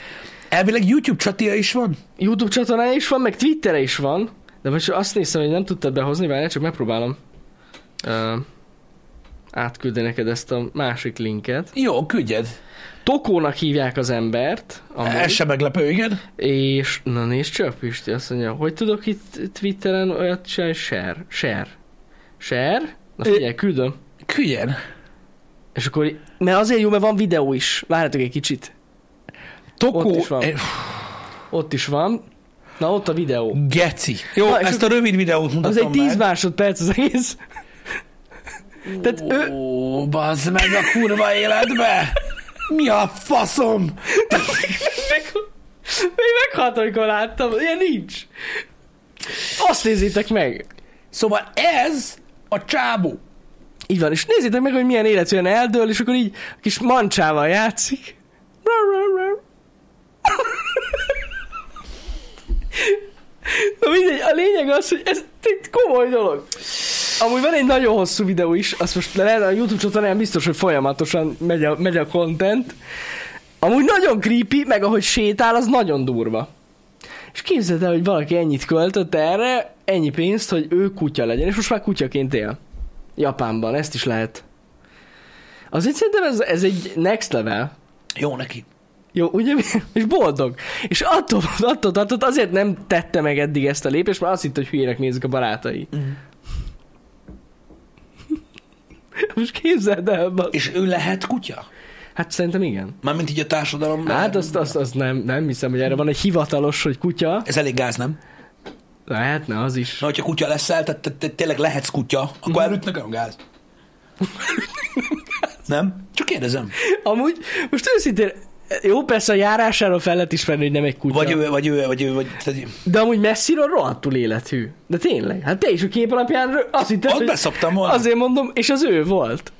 Elvileg YouTube csatia is van? YouTube csatornája is van, meg Twittere is van. De most azt néztem, hogy nem tudtad behozni, várjál, csak megpróbálom. Uh, átküldi neked ezt a másik linket. Jó, küldjed. Tokónak hívják az embert, Ez amúgy, sem meglepő, igen. és na nézd csak, Pisti, azt mondja, hogy tudok itt Twitteren olyat csinálni? Share, share, share, na figyelj, küldöm. Küldjen. És akkor, mert azért jó, mert van videó is, várjátok egy kicsit. Tokó... Ott is van. Eh, Ott is van. Na, ott a videó. Geci. Jó, Na, Na, és ezt a rövid videót mutatom Az egy 10 meg. másodperc az egész. Tehát ő, Ó, bazd meg a kurva életbe! Mi a faszom? meg, még meghalt, amikor láttam. Ilyen nincs. Azt nézzétek meg. Szóval ez a csábú. Így van, és nézzétek meg, hogy milyen élet olyan eldől, és akkor így a kis mancsával játszik. Na mindegy, a lényeg az, hogy ez egy komoly dolog. Amúgy van egy nagyon hosszú videó is, azt most lehet a YouTube csatornán biztos, hogy folyamatosan megy a, megy a content. Amúgy nagyon creepy, meg ahogy sétál, az nagyon durva. És képzeld el, hogy valaki ennyit költött erre, ennyi pénzt, hogy ő kutya legyen, és most már kutyaként él. Japánban, ezt is lehet. Azért szerintem ez, ez egy next level. Jó neki. Jó, ugye? És boldog. És attól, attól tartott, azért nem tette meg eddig ezt a lépést, mert azt hitt, hogy hülyének nézik a barátai. Mm. Most képzeld el, basz. És ő lehet kutya? Hát szerintem igen. Mármint így a társadalom. Hát azt, azt, azt nem, nem hiszem, hogy erre van egy hivatalos, hogy kutya. Ez elég gáz, nem? Lehetne az is. Na, hogyha kutya leszel, tehát te, te, tényleg lehetsz kutya, akkor mm. elütnek a gáz. nem? Csak kérdezem. Amúgy, most őszintén, jó, persze a járásáról fel lehet ismerni, hogy nem egy kutya. Vagy ő, vagy ő, vagy ő, vagy... Tehát, De amúgy messziről rohadtul élethű. De tényleg, hát te is a kép alapján rö- azt hitted, Ott beszoptam volna. Azért mondom, és az ő volt.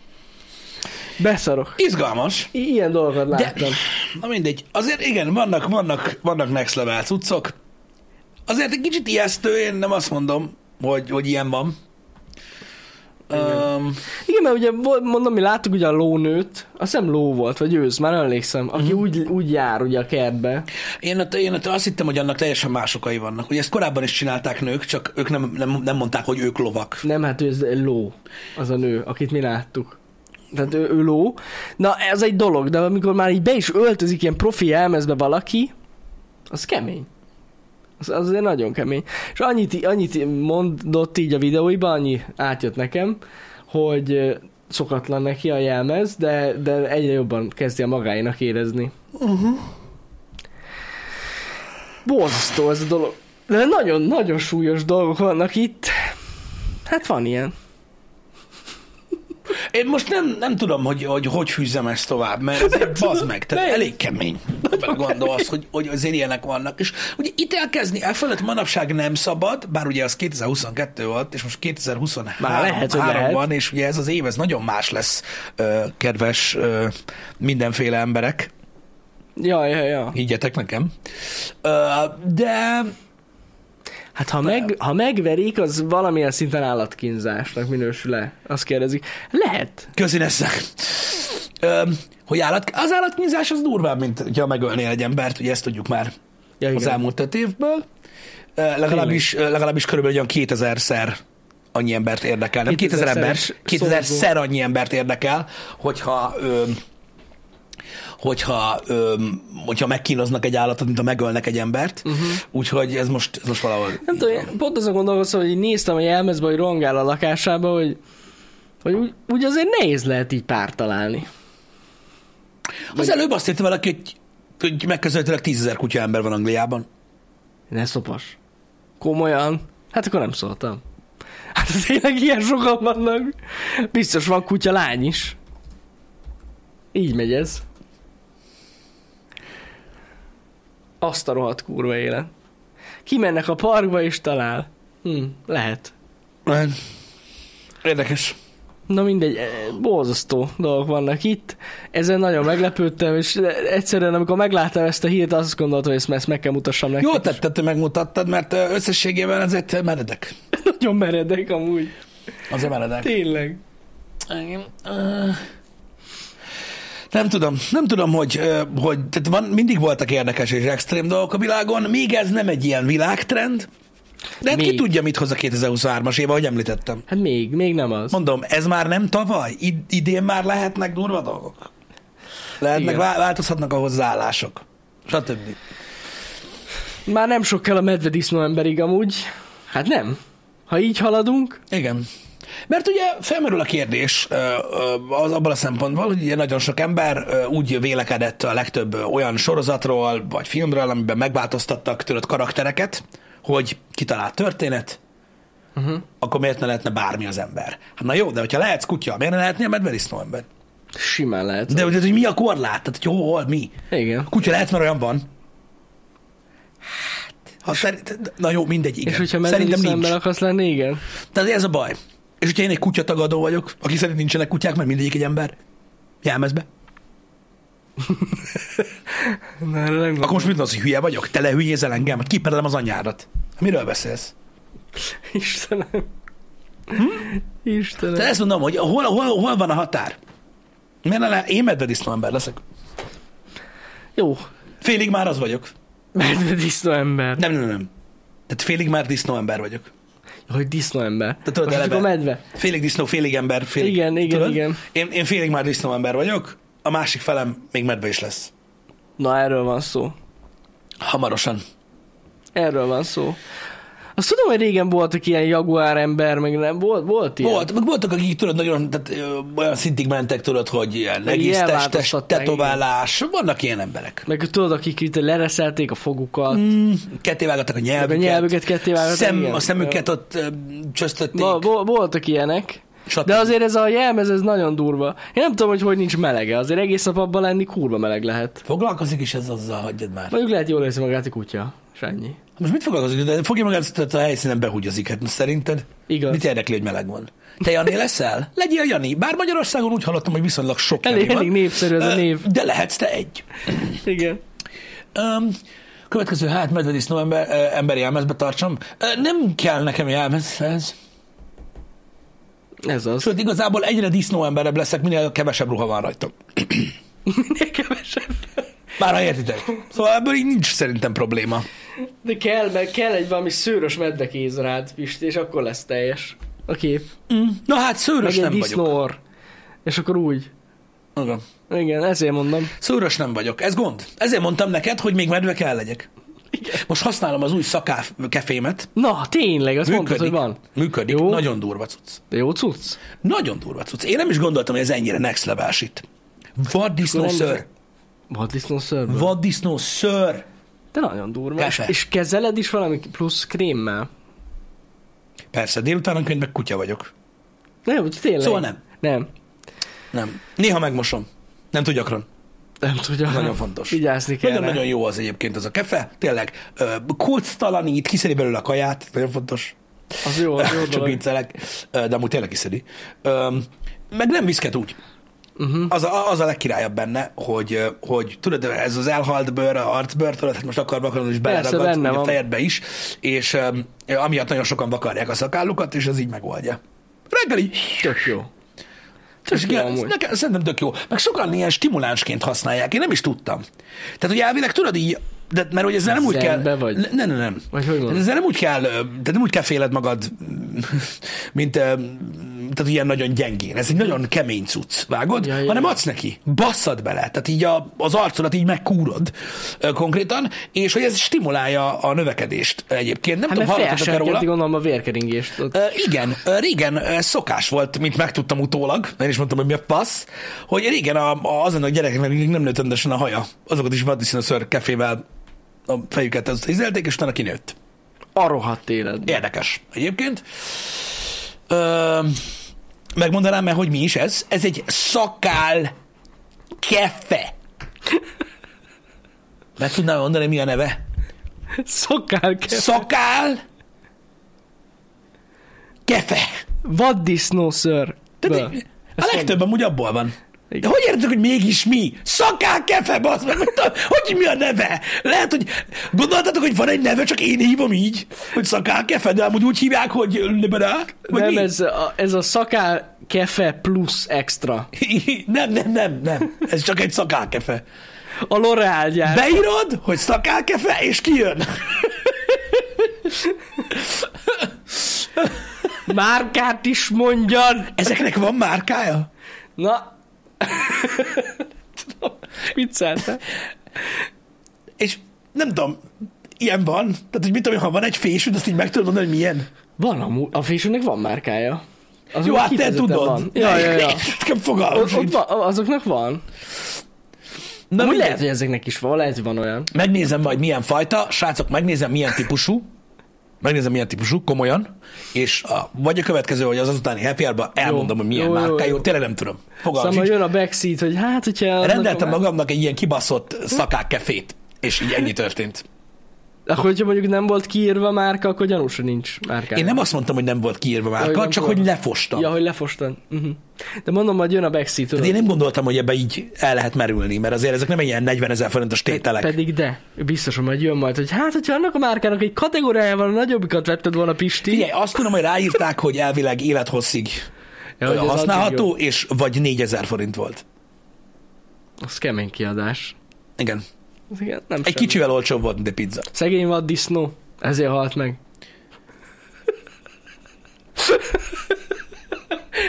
Beszarok. izgalmas. I- ilyen dolgokat De, láttam. na mindegy. Azért igen, vannak, vannak, vannak next level cuccok. Azért egy kicsit ijesztő, én nem azt mondom, hogy, hogy ilyen van. Um, Igen, mert ugye volt- mondom, mi láttuk ugye a lónőt, azt hiszem ló volt, vagy ősz, már nem emlékszem, aki Mhm. úgy, úgy jár ugye a kertbe. Én, ott, én ott azt hittem, hogy annak teljesen más okai vannak. Ugye ezt korábban is csinálták nők, csak ők nem, nem, nem mondták, hogy ők lovak. Nem, hát ő ez ló, az a nő, akit mi láttuk. Tehát ő, ő ló. Na, ez egy dolog, de amikor már így be is öltözik ilyen profi elmezbe valaki, az kemény. Az, az azért nagyon kemény. És annyit, annyit mondott így a videóiban, annyi átjött nekem, hogy ö, szokatlan neki a jelmez, de, de egyre jobban kezdi a magáinak érezni. Uh-huh. Borzasztó ez a dolog. De nagyon-nagyon súlyos dolgok vannak itt. Hát van ilyen. Én most nem, nem tudom, hogy, hogy hogy fűzzem ezt tovább, mert azért bazd meg, tehát Nehéz. elég kemény. Nagyon gondolsz, hogy, hogy azért ilyenek vannak. És ugye ítélkezni e fölött manapság nem szabad, bár ugye az 2022 volt, és most 2023 Már lehet, hogy lehet. van, és ugye ez az év, ez nagyon más lesz, ö, kedves ö, mindenféle emberek, Ja, ja, ja. higgyetek nekem. Ö, De Hát ha, meg, ha megverik, az valamilyen szinten állatkínzásnak minősül le. Azt kérdezik. Lehet. Közi Nessek. Öm, hogy állat, az állatkínzás az durvább, mint ha megölnél egy embert, ugye ezt tudjuk már Ja, az igen. elmúlt öt évből. Ö, Legalábbis, ö, legalábbis körülbelül olyan 2000-szer annyi embert érdekel. Nem 2000 ember, 2000-szeres 2000-szer annyi embert érdekel, hogyha öm, hogyha, öm, hogyha megkínoznak egy állatot, mint ha megölnek egy embert. Mhm. Uh-huh. Úgyhogy ez most, ez most valahol... Nem tudom, én pont azon gondolkoztam, hogy így néztem a jelmezbe, hogy rongál a lakásába, hogy, hogy úgy, úgy azért nehéz lehet így pár találni. Az előbb azt írta valaki, hogy, hogy megközelítőleg 10 000 kutya ember van Angliában. Ne szopas. Komolyan. Hát akkor nem szóltam. Hát tényleg ilyen sokan vannak. Biztos van kutya lány is. Így megy ez. Azt a rohadt kurva élet. Kimennek a parkba és talál. Hm, lehet. Nem. Érdekes. Na mindegy, eh, borzasztó dolgok vannak itt. Ezen nagyon meglepődtem, és e, egyszerűen amikor megláttam ezt a hírt, azt gondoltam, hogy ezt- ezt meg kell mutassam nektek. Jól tetted, hogy megmutattad, mert ö, összességében azért ö, meredek. Nagyon meredek amúgy. Azért meredek. Tényleg. Igen. Ö, Nem tudom, nem tudom, hogy, ö, hogy tehát van, mindig voltak érdekes és extrém dolgok a világon, még ez nem egy ilyen világtrend, de hát ki Még. tudja, mit hoz a 2023-as éve, ahogy említettem. Hát még, még nem az. Mondom, ez már nem tavaly, Id- idén már lehetnek durva dolgok. Lehetnek, Igen. vá- változhatnak a hozzáállások, stb. Már nem sok kell a medvedisznó emberig amúgy. Hát nem. Ha így haladunk, Igen. Mert ugye felmerül a kérdés ö, ö, az abban a szempontból, hogy ugye nagyon sok ember ö, úgy vélekedett a legtöbb ö, olyan sorozatról, vagy filmről, amiben megváltoztattak tőled karaktereket, hogy kitalált történet, Mhm. uh-huh. akkor miért ne lehetne bármi az ember? Hát na jó, de hogyha lehetsz kutya, miért ne lehetnél medvedisznó ember? Simán lehet. De ugye, hogy mi a korlát? Tehát, hogy hol, hol mi? Igen. Kutya lehet, mert olyan van. Hát, Ha szerint, na jó, mindegy, igen. És hogyha Szerintem medvedis nincs. ember akarsz lenni, igen. Tehát ez a baj. És hogyha én egy kutyatagadó vagyok, aki szerint nincsenek kutyák, mert mindegyik egy ember, jelmezbe, Na, erre nem akkor most mit mondasz, hogy hülye vagyok? Te lehülyézel engem, hát kiperelem az anyádat. Miről beszélsz? Istenem. Hm? Istenem. Tehát ezt mondom, hogy hol, hol, hol van a határ? Mert ne le, én medvedisznó ember leszek. Jó. Félig már az vagyok. Medvedisznó ember. Nem, nem, nem. Tehát félig már disznó ember vagyok. Hogy disznó ember. Tehát tudod, Most eleve- csak a medve. Félig disznó, félig ember, félig... Igen, igen, igen. Én, én félig már disznó ember vagyok, a másik felem még medve is lesz. Na, erről van szó. Hamarosan. Erről van szó. Azt tudom, hogy régen voltak ilyen jaguár ember, meg nem volt, volt ilyen. Volt, meg voltak, akik tudod, nagyon tehát, ö, olyan szintig mentek, tudod, hogy ilyen egész testes elváltoztatták, tetoválás, vannak ilyen emberek. Meg tudod, akik itt lereszelték a fogukat. Mm, ketté vágattak a nyelvüket. nyelvüket ketté vágattak, Szem, igen. A szemüket ott ö, csöztötték. Va- vo- voltak ilyenek. stb. De azért ez a jelmez, ez nagyon durva. Én nem tudom, hogy hogy nincs melege. Azért egész nap abban lenni kurva meleg lehet. Foglalkozik is ez azzal, hagyjad már. Mondjuk lehet jól érzi magát a kutya. És ennyi. Most mit foglalkozik? De fogja magát, tehát a helyszínen behugyozik, hát most szerinted? Igaz. Mit érdekli, hogy meleg van? Te Jani leszel? Legyél Jani. Bár Magyarországon úgy hallottam, hogy viszonylag sok Jani Elég, van. elég népszerű ez a Ö, név. De lehetsz te egy. Igen. Um, következő, hát medvedisznó ember, uh, emberi jelmezbe tartsam. Uh, nem kell nekem jelmez ez. Ez az. Sőt, igazából egyre disznó emberebb leszek, minél kevesebb ruha van rajtam. Minél kevesebb. Már ha értitek. Szóval ebből így nincs szerintem probléma. De kell, mert kell egy valami szőrös medvekéz rád, Pisti, és akkor lesz teljes a kép. Mm. Na hát szőrös Meg egy nem vagyok. disznóor. És akkor úgy. Igen. Igen, ezért mondom. Szőrös nem vagyok. Ez gond. Ezért mondtam neked, hogy még medve kell legyek. Igen. Most használom az új szakáf kefémet. Na, tényleg, azt Működik. mondtad, hogy van. Működik. Jó. Nagyon durva cucc. De jó cucc. Nagyon durva cucc. Én nem is gondoltam, hogy ez ennyire next level shit. Vaddisznó Akkor nem- szőr. Vaddisznó szörből. Vaddisznó szőr. De nagyon durva. És, Kefe. és kezeled is valami plusz krémmel? Persze, délutánonként meg kutya vagyok. Nem, hogy tényleg. Szóval nem. Nem. Nem. Néha megmosom. Nem tud gyakran. Nem tudja. Nagyon fontos. Vigyázni kell Nagyon, rá. nagyon jó az egyébként az a kefe. Tényleg, ö, kulcstalanít, kiszedi belőle a kaját. Nagyon fontos. Az jó, az jó Csak dolog. viccelek. Ö, De amúgy tényleg kiszedi. Ö, Meg nem viszket úgy. Mhm. Uh-huh. Az, a, az a legkirályabb benne, hogy, ö, hogy tudod, ez az elhalt bőr, a arcbőr, tudod, hát most akar vakarod, és Persze, beleragad benne ugye a van. fejedbe is, és öm, amiatt nagyon sokan vakarják a szakállukat, és ez így megoldja. Reggel így Tök jó. Hát, és jó igen, amúgy. nekem, szerintem tök jó. Meg sokan ilyen stimulánsként használják, én nem is tudtam. Tehát, hogy elvileg tudod így, de, mert hogy ezzel nem úgy kell... Zenbe vagy? Ne- Nem, nem, nem. Vagy hogy van? Tehát ezzel nem úgy kell, ö, tehát nem úgy kell féled magad, mint ö, tehát ilyen nagyon gyengén. Ez egy nagyon kemény cucc, vágod? Ja, ja, hanem ja. adsz neki, basszad bele, tehát így a, az arcodat így megkúrod ö, konkrétan, és hogy ez stimulálja a növekedést egyébként. Nem Hát tudom, mert hallottatok-e róla? felsárkenti gondolom a vérkeringést. Ott. Ö, igen, ö, régen ö, szokás volt, mint megtudtam utólag, én is mondtam, hogy mi a fasz, hogy régen a, a, azon a gyerekeknek, akiknek nem nőtt rendesen a haja, azokat is Madison a ször kefével a fejüket ezt ízelték, és utána kinőtt. A rohadt életben. Érdekes egyébként. Ö, megmondanám el, hogy mi is ez. Ez egy szakál kefe. Meg tudnám mondani, mi a neve? Szokál kell. Szakál kefe. Vaddisznó ször. Tehát Ből. így- a legtöbb amúgy abból van. De Igen. hogy érted, hogy mégis mi? Szakál kefe, bazd meg, mit tudom, hogy mi a neve? Lehet, hogy gondoltatok, hogy van egy neve, csak én hívom így, hogy szakál kefe, de amúgy úgy hívják, hogy liberák? Vagy Nem, mi? ez a, ez a szakál kefe plusz extra. nem, nem, nem, nem. Ez csak egy szakálkefe. A L'Oreal gyár. Beírod, hogy szakálkefe, és kijön. Márkát is mondjan! Ezeknek van márkája? Na... Tudom, Vicceltem. És nem tudom, ilyen van. Tehát, hogy mit tudom, én, ha van egy fésűd, azt így meg tudod mondani, hogy milyen. Van amúgy, a fésűnek van márkája. Azoknak Jó, hát te kifejezetten tudod. Van. Ja, ja, ja. Nekem fogalmam Ott, sincs. ott van, azoknak van. Na, Amúgy mindegy. lehet, hogy ezeknek is van, lehet, hogy van olyan. Megnézem majd milyen fajta, srácok, megnézem milyen típusú, megnézem milyen típusú, komolyan, és a, vagy a következő, vagy az azutáni happy hour elmondom, hogy milyen Jó, jó, jó, márka, jó, jó. tényleg nem tudom. Fogalmam Szóval sincs. jön a backseat, hogy hát, hogyha... annak Rendeltem van- magamnak egy ilyen kibaszott Hm? szakák kefét, és így ennyi történt. Akkor, hogyha mondjuk nem volt kiírva márka, akkor gyanús, hogy nincs márka. Én nem azt mondtam, hogy nem volt kiírva Jaj, márka, nem csak tudom. hogy lefostam. Ja, hogy lefostan. Uh-huh. De mondom, majd jön a backseat, De én tudod. nem gondoltam, hogy ebbe így el lehet merülni, mert azért ezek nem ilyen 40 ezer forintos tételek. Pedig de, biztos, hogy majd jön majd, hogy hát, hogyha annak a márkának egy kategóriájában a nagyobbikat vetted volna Pisti, Figyelj, azt tudom, hogy ráírták, hogy elvileg élethosszig Ja, hogy az addig használható, jó. és vagy 4000 forint volt. az kemény kiadás. Igen. Az Igen, nem Egy semmi. kicsivel olcsóbb volt, de pizza. Szegény vaddisznó, ezért halt meg.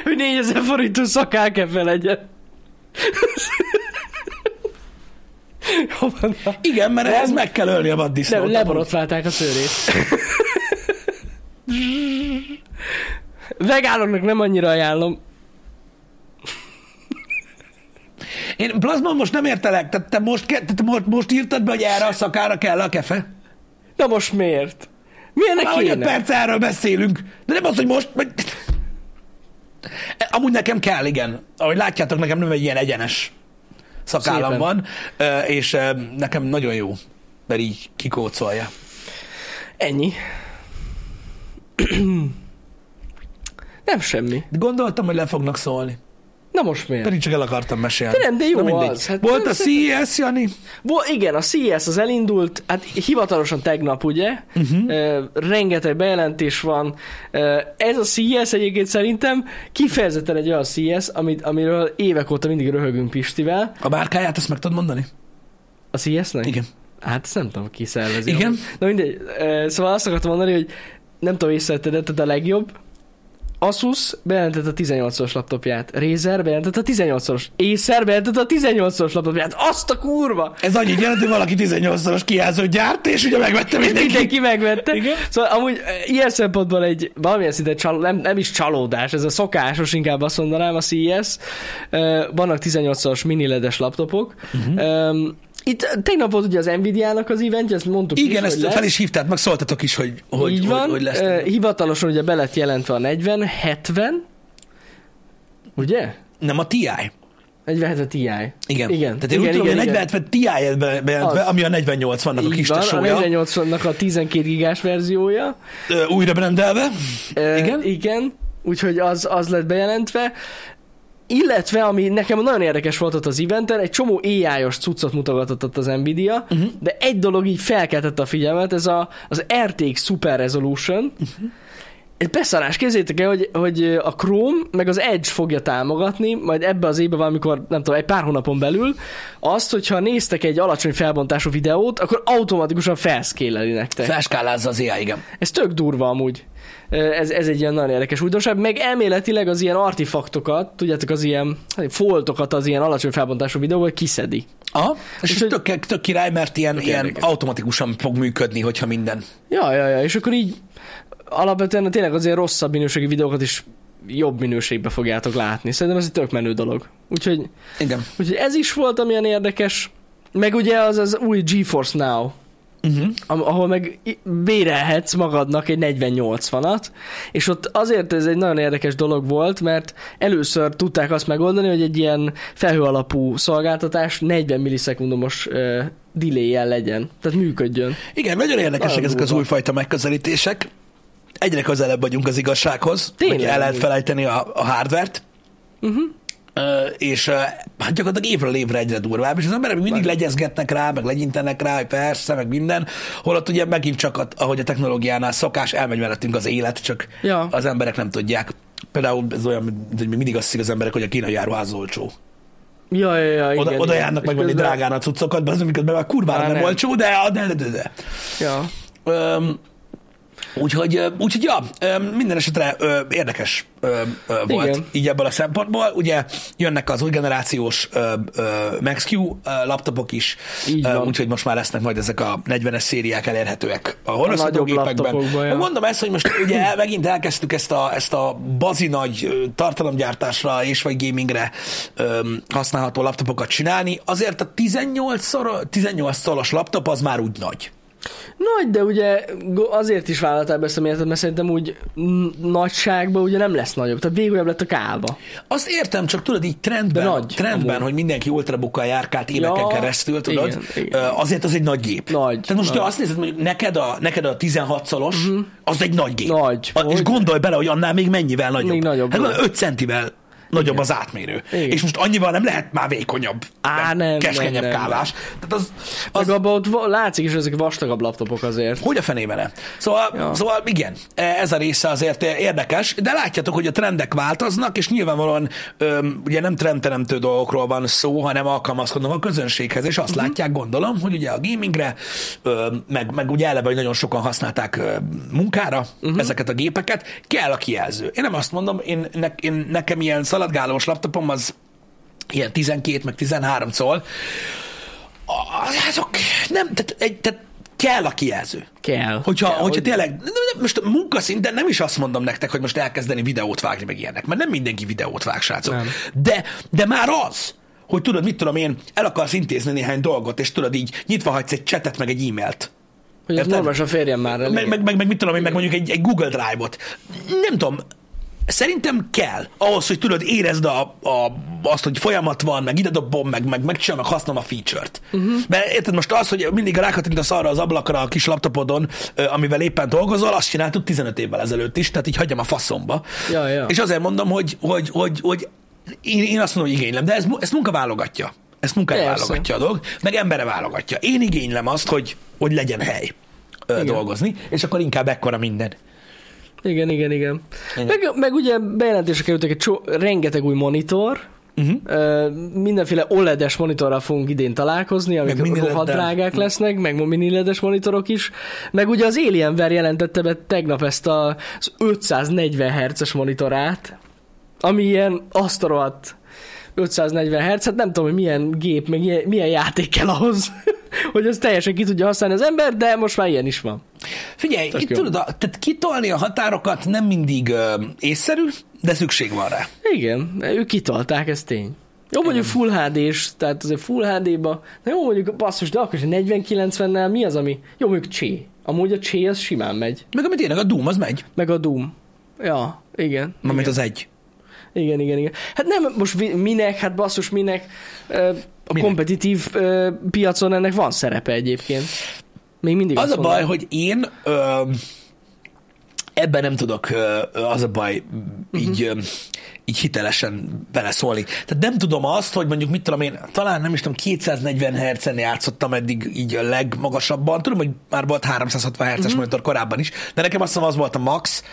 hogy 4000 forintos szakákefe legyen. Jó van, na. Igen, mert ez meg kell ölni a vaddisznót. Le, leborotválták a szőrét. Vegánoknak nem annyira ajánlom. Én plazmon most nem értelek, tehát te most, ke- te most, most írtad be, hogy erre a szakára kell a kefe? Na most miért? Milyennek Már hogy öt kéne? perc erről beszélünk, de nem az, hogy most... Vagy... Amúgy nekem kell, igen. Ahogy látjátok, nekem nem egy ilyen egyenes szakállam Szépen. van, ö, és ö, nekem nagyon jó, mert így kikócolja. Ennyi. nem semmi. Gondoltam, hogy le fognak szólni. Na most miért? Pedig csak el akartam mesélni. De nem, de jó Na mindegy. az. Hát Volt a nem CES, Jani? Bo, igen, a CES az elindult, hát hivatalosan tegnap, ugye? Mhm. Uh-huh. E, rengeteg bejelentés van. E, ez a CES egyébként szerintem kifejezetten egy olyan CES, amit, amiről évek óta mindig röhögünk Pistivel. A márkáját, azt meg tudod mondani? A CES-nek? Igen. Hát ezt nem tudom, ki szervezi. Igen. Na mindegy, Ö, szóval azt akartam mondani, hogy nem tudom, észrevetted, de tehát a legjobb. Asus bejelentett a 18-os laptopját, Razer bejelentett a 18-os, Acer bejelentett a 18-os laptopját, azt a kurva! Ez annyit jelent, hogy valaki 18-szoros kijelzőt gyárt, és ugye megvette mindenki. Mindenki megvette. Igen. Szóval amúgy eh, ilyen szempontból egy valamilyen szinte csal, nem, nem is csalódás, ez a szokásos, inkább azt mondanám, a CES. Eh, Vannak 18-as mini ledes laptopok. Mhm. Uh-huh. Itt tegnap volt ugye az Nvidia-nak az eventje, ezt mondtuk Igen, is, ezt hogy lesz. fel is hívtát, meg szóltatok is, hogy hogy, Így van. hogy, hogy lesz. Eh, Hivatalosan ugye be lett jelentve a 40, 70, ugye? Nem a TI. 47 Ti. Igen. Igen. Tehát én úgy tudom, hogy a 40 Ti-et be- bejelentve, Az. ami a 48 vannak a Így kis van, a tesója, 48-nak a 12 gigás verziója. ö, újra brendelve. Ö, Igen? Igen, úgyhogy az, az lett bejelentve. Illetve, ami nekem nagyon érdekes volt ott az eventen, egy csomó AI-os cuccot mutogatott ott az Nvidia, uh-huh. de egy dolog így felkeltette a figyelmet, ez a, az RTX Super Resolution. Uh-huh. Egy beszarás, képzétek el, hogy, hogy a Chrome meg az Edge fogja támogatni, majd ebbe az évben valamikor, nem tudom, egy pár hónapon belül, azt, hogyha néztek egy alacsony felbontású videót, akkor automatikusan felszkéleli nektek. Felskálázza az AI, igen. Ez tök durva amúgy. Ö, Ez, ez egy ilyen nagyon érdekes újdonság, meg elméletileg az ilyen artifaktokat, tudjátok, az ilyen hát, foltokat az ilyen alacsony felbontású videóval kiszedi. Aha. És, és hogy- tök, tök király, mert ilyen, ilyen érdekes. automatikusan fog működni, hogyha minden. Ja, ja, ja, és akkor így alapvetően tényleg az ilyen rosszabb minőségi videókat is jobb minőségbe fogjátok látni. Szerintem ez egy tök menő dolog. Úgyhogy, Igen. úgyhogy ez is volt, amilyen érdekes. Meg ugye az az új GeForce Now, Uh-huh. am- ahol meg i- bérelhetsz magadnak egy 40-80-at, és ott azért ez egy nagyon érdekes dolog volt, mert először tudták azt megoldani, hogy egy ilyen felhő alapú szolgáltatás 40 millisekundumos uh, delay legyen, tehát működjön. Igen, nagyon érdekesek Nagyon ezek az durva. újfajta megközelítések. Egyre közelebb vagyunk az igazsághoz, Tényleg. Mhm. hogy el lehet felejteni a, a hardvert. Uh-huh. És ö, hát gyakorlatilag évről évre egyre durvább, és az emberek még mindig legyezgetnek rá, meg legyintenek rá, hogy persze, meg minden, holott ugye megint csak, a, ahogy a technológiánál szokás, elmegy mellettünk az élet, csak Ja. az emberek nem tudják. Például ez olyan, mint- hogy még mindig azt hiszik az emberek, hogy a kínai áruház olcsó. Ja, ja, ja, igen, Oda, igen. oda járnak És megvenni közben- drágán a cuccokat, de az, miközben már kurvára Már nem, nem. olcsó, de, de, de, de. Ja. Öm, Úgyhogy, ö, úgyhogy ja, ö, minden esetre ö, érdekes ö, ö, volt Igen. így ebből a szempontból. Ugye jönnek az új generációs ö, ö, MaxQ ö, laptopok is, Így ö, van. úgyhogy most már lesznek majd ezek a 40-es szériák elérhetőek a nagyobb horoszhatógépekben. laptopokban, ja. Mondom ezt, hogy most ugye el- megint elkezdtük ezt a, ezt a bazi nagy ö, tartalomgyártásra és vagy gamingre ö, használható laptopokat csinálni. Azért a 18 18 szoros laptop az már úgy nagy. Nagy, de ugye go- azért is vállaltál be ezt a méretet, mert szerintem úgy n- nagyságban ugye nem lesz nagyobb. Tehát végül lett a káva. Azt értem, csak tudod, így trendben, De nagy, trendben amúgy. hogy mindenki ultrabukkal járkált éveken Ja, keresztül, tudod, igen, igen. Ö, azért az egy nagy gép. Nagy, Tehát most, nagy. Mhm. ha azt nézed, hogy neked a, neked a 16 szolos, uh-huh. az egy nagy gép. Nagy, A, és hogy- gondolj bele, hogy annál még mennyivel nagyobb. Még nagyobb, Hát igen. gondolj, 5 centivel nagyobb az átmérő. Igen. És most annyival nem lehet már vékonyabb, Á, meg nem, nem, keskenyebb nem, nem. kávás. Tehát az, Az... az Meg abban ott va- látszik is, hogy ezek vastagabb laptopok azért. hogy a fenébe ne? Szóval, ja. Ja. szóval igen, ez a része azért érdekes, de látjátok, hogy a trendek változnak, és nyilvánvalóan öm, ugye nem trendteremtő dolgokról van szó, hanem alkalmazkodnak a közönséghez, és azt uh-huh. látják, gondolom, hogy ugye a gamingre, öm, meg, meg ugye eleve, hogy nagyon sokan használták öm, munkára uh-huh. ezeket a gépeket, kell a kijelző. Én nem azt mondom, én, ne, én nekem ilyen szaladgálós laptopom az ilyen 12 meg 13 col, a- azok nem, tehát, egy, tehát kell a kijelző. Kell. Hogyha, kell, hogyha hogy- tényleg, nem, nem, most a munkaszinten nem is azt mondom nektek, hogy most elkezdeni videót vágni, meg ilyenek, mert nem mindenki videót vág, srácok. Nem. De, de már az, hogy tudod, mit tudom én, el akarsz intézni néhány dolgot, és tudod így nyitva hagysz egy csetet, meg egy e-mailt. Hogy ez Érted? normálisan férjen már el. Meg, igen. meg, meg, meg mit tudom én, meg mondjuk egy, egy Google Drive-ot. Nem tudom, szerintem kell ahhoz, hogy tudod, érezd a, a, azt, hogy folyamat van, meg ide dobom, meg, meg megcsinálom, meg használom a feature-t. Mhm. Uh-huh. Mert érted most az, hogy mindig rákattintasz arra az ablakra a kis laptopodon, ö, amivel éppen dolgozol, azt csináltuk 15 évvel ezelőtt is, tehát így hagyjam a faszomba. Ja, ja. És azért mondom, hogy, hogy, hogy, hogy én, én azt mondom, hogy igénylem, de ez, mu- ezt munka válogatja. Ezt munkája Persze. válogatja a dolog, meg embere válogatja. Én igénylem azt, hogy, hogy legyen hely ö, dolgozni, és akkor inkább ekkora minden. Igen, igen, igen. Meg, meg ugye bejelentésre kerültek egy csó, rengeteg új monitor, Mhm. uh-huh. ö, mindenféle OLED-es monitorral fogunk idén találkozni, amik mini LED-del. rohadt drágák Mhm. lesznek, meg mini LED-es monitorok is, meg ugye az Alienware jelentette be tegnap ezt a, az 540 Hz-es monitorát, ami ilyen asztarolat 540 Hz, hát nem tudom, hogy milyen gép, meg ilyen, milyen játék kell ahhoz, hogy ezt teljesen ki tudja használni az ember, de most már ilyen is van. Figyelj, Tök itt jó. tudod, a, tehát kitolni a határokat nem mindig ö, észszerű, de szükség van rá. Igen, ők kitalták, ez tény. Jó, mondjuk full HD-s, tehát azért full HD-ba, de jó, mondjuk basszus, de akkor is a 40-90-nel mi az, ami... Jó, mondjuk csé. Amúgy a csé az simán megy. Meg amit tényleg a Doom, az megy, Meg a Doom. Ja, igen. amit az egy. Igen, igen, igen. Hát nem, most vi- minek, hát basszus, minek. Ö, A Minek? kompetitív ö, piacon ennek van szerepe egyébként. Még mindig Az azt a mondom. baj, hogy én ö, ebben nem tudok, ö, az a baj, így, Mhm. ö, így hitelesen beleszólni. Tehát nem tudom azt, hogy mondjuk mit tudom én, talán nem is tudom, 240 Hz-en játszottam eddig így a legmagasabban. Tudom, hogy már volt 360 Hz-es Mhm. monitor korábban is, de nekem azt hiszem az volt a max.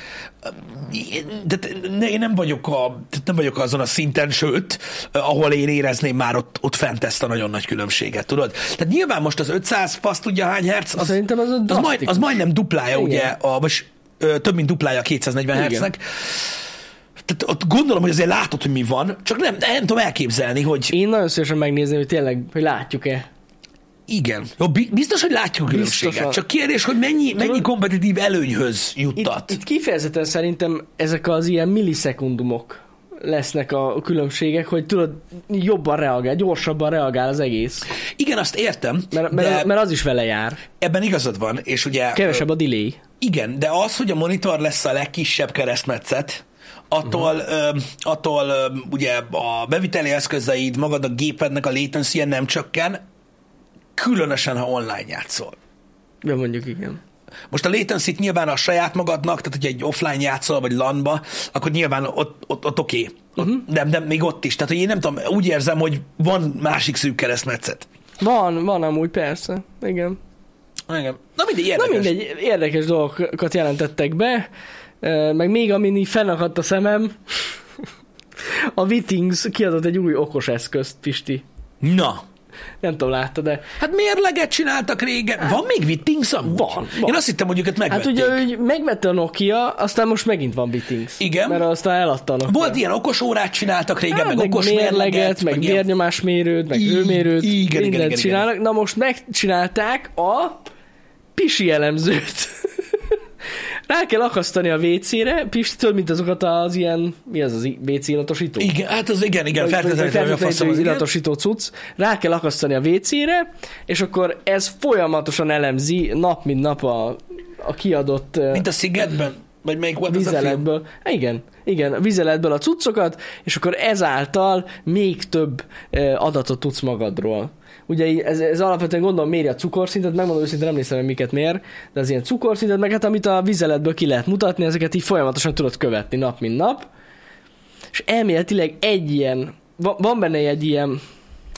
Én- Tehát ne- én nem vagyok, a, tehát nem vagyok azon a szinten, sőt, ahol én érezném már ott, ott fent ezt a nagyon nagy különbséget, tudod? Tehát nyilván most az 500 fasz tudja hány herc, az, Szerintem az a az, majd, drasztikus. az majdnem duplája, Igen. ugye, a, vagy ö, több mint duplája a 240 Igen. hercnek. Tehát ott gondolom, hogy azért látod, hogy mi van, csak nem, nem tudom elképzelni, hogy Én nagyon szívesen megnézném, hogy tényleg, hogy látjuk-e. igen. Jó, bi- biztos, hogy látjuk a különbséget. Biztosan. Csak kérdés, hogy mennyi, mennyi kompetitív előnyhöz juttat. Itt, itt kifejezetten szerintem ezek az ilyen millisekundumok lesznek a különbségek, hogy tudod, jobban reagál, gyorsabban reagál az egész. Igen, azt értem, Mert, mert, de mert az is vele jár. ebben igazad van, és ugye... ö, Kevesebb a delay. Igen, de az, hogy a monitor lesz a legkisebb keresztmetszet, attól, Mhm. uh-huh. attól öm, ugye a beviteli eszközeid, magad a gépednek a latency nem csökken, különösen, ha online játszol. Ja, mondjuk igen. Most a latency nyilván a saját magadnak, tehát hogyha egy offline játszol, vagy LAN-ba, akkor nyilván ott, ott, ott oké. Okay. Mhm. Uh-huh. De, de még ott is. Tehát, hogy én nem tudom, úgy érzem, hogy van másik szűk keresztmetszet. Van, van amúgy, persze. Igen. Igen. Na mindegy, érdekes. Na mindegy, érdekes dolgokat jelentettek be, ö, meg még amin így fennakadt a szemem, a Vitings kiadott egy új okos eszközt, Pisti. Na, Nem tudom, látta, de Hát mérleget csináltak régen. Van még Wittings amúgy? Van, van. Én azt hittem, hogy őket hát megvették. ugye ő megvette a Nokia, aztán most megint van Bittings. Igen. Mert aztán eladta a Nokia. Volt ilyen okos órát csináltak régen, Hát, meg, okos mérleget, meg, ilyen- vérnyomásmérőt, meg I- hőmérőt, igen, igen, mindent igen, igen. csinálnak. Na most megcsinálták a pisi elemzőt. Rá kell akasztani a WC-re, Pisti, tudod, mint azokat az ilyen, mi az az WC illatosító? Igen, hát az igen, igen, Vagy- vagy- feltétlenül a vagy faszom az fertőtlenítő igen. illatosító cucc, rá kell akasztani a WC-re, és akkor ez folyamatosan elemzi nap mint nap a, a kiadott ö, Mint a Szigetben? Vagy melyik volt az a film? vizeletből. Há, Igen, igen, a vizeletből a cuccokat, és akkor ezáltal még több ö, adatot tudsz magadról. Ugye í- ez, ez alapvetően gondolom méri a cukorszintet, megmondom őszintén, nem emlékszem, hogy miket mér, de az ilyen cukorszintet, meg hát amit a vizeletből ki lehet mutatni, ezeket így folyamatosan tudod követni nap, mint nap. És elméletileg egy ilyen, va- van benne egy ilyen,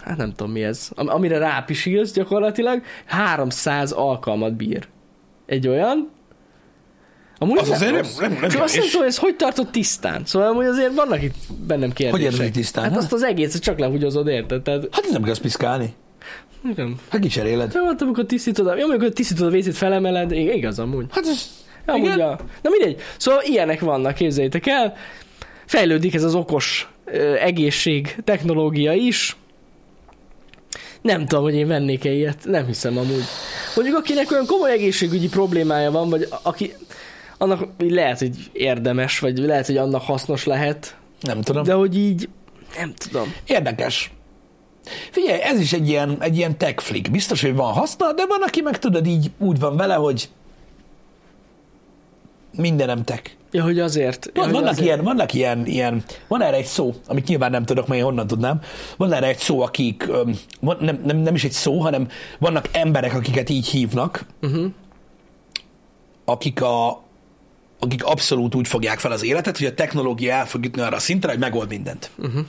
hát nem tudom mi ez, am- amire rápisilsz gyakorlatilag, 300 alkalmat bír. Egy olyan, Amúgy Az azért nem- rossz. nem- nem Csak azt nem kevés. tudom, hogy ez hogy tartott tisztán. Szóval amúgy azért vannak itt bennem kérdések. Hogy érzed tisztán? Hát Ha? azt az egészet csak lehugyozod, érted? Tehát, Hát ez nem kell piszkálni. igen. Hát kicseréled. Jó, hát amikor tisztítod, a- jó, amikor tisztítod a vécét, felemeled, i- igaz amúgy. Hát ez... Amúgy Igen. a... Na mindegy. Szóval ilyenek vannak, képzeljétek el. Fejlődik ez az okos ö, egészség technológia is. Nem tudom, hogy én vennék-e ilyet, nem hiszem amúgy. Mondjuk akinek olyan komoly egészségügyi problémája van, vagy a- aki, annak így lehet, hogy érdemes, vagy lehet, hogy annak hasznos lehet, Nem tudom. de hogy így nem tudom. Érdekes. Figyelj, ez is egy ilyen, egy ilyen tech flick. Biztos, hogy van haszna, de van, aki meg tudod így úgy van vele, hogy mindenem tech. Ja, hogy azért. Ja, Van, hogy vannak, azért. ilyen, vannak ilyen, ilyen, van erre egy szó, amit nyilván nem tudok, mert én honnan tudnám. Van erre egy szó, akik, öm, van, nem, nem, nem is egy szó, hanem vannak emberek, akiket így hívnak, Mhm. uh-huh. akik a akik abszolút úgy fogják fel az életet, hogy a technológia el fog jutni arra a szintre, hogy megold mindent. Mhm. Uh-huh.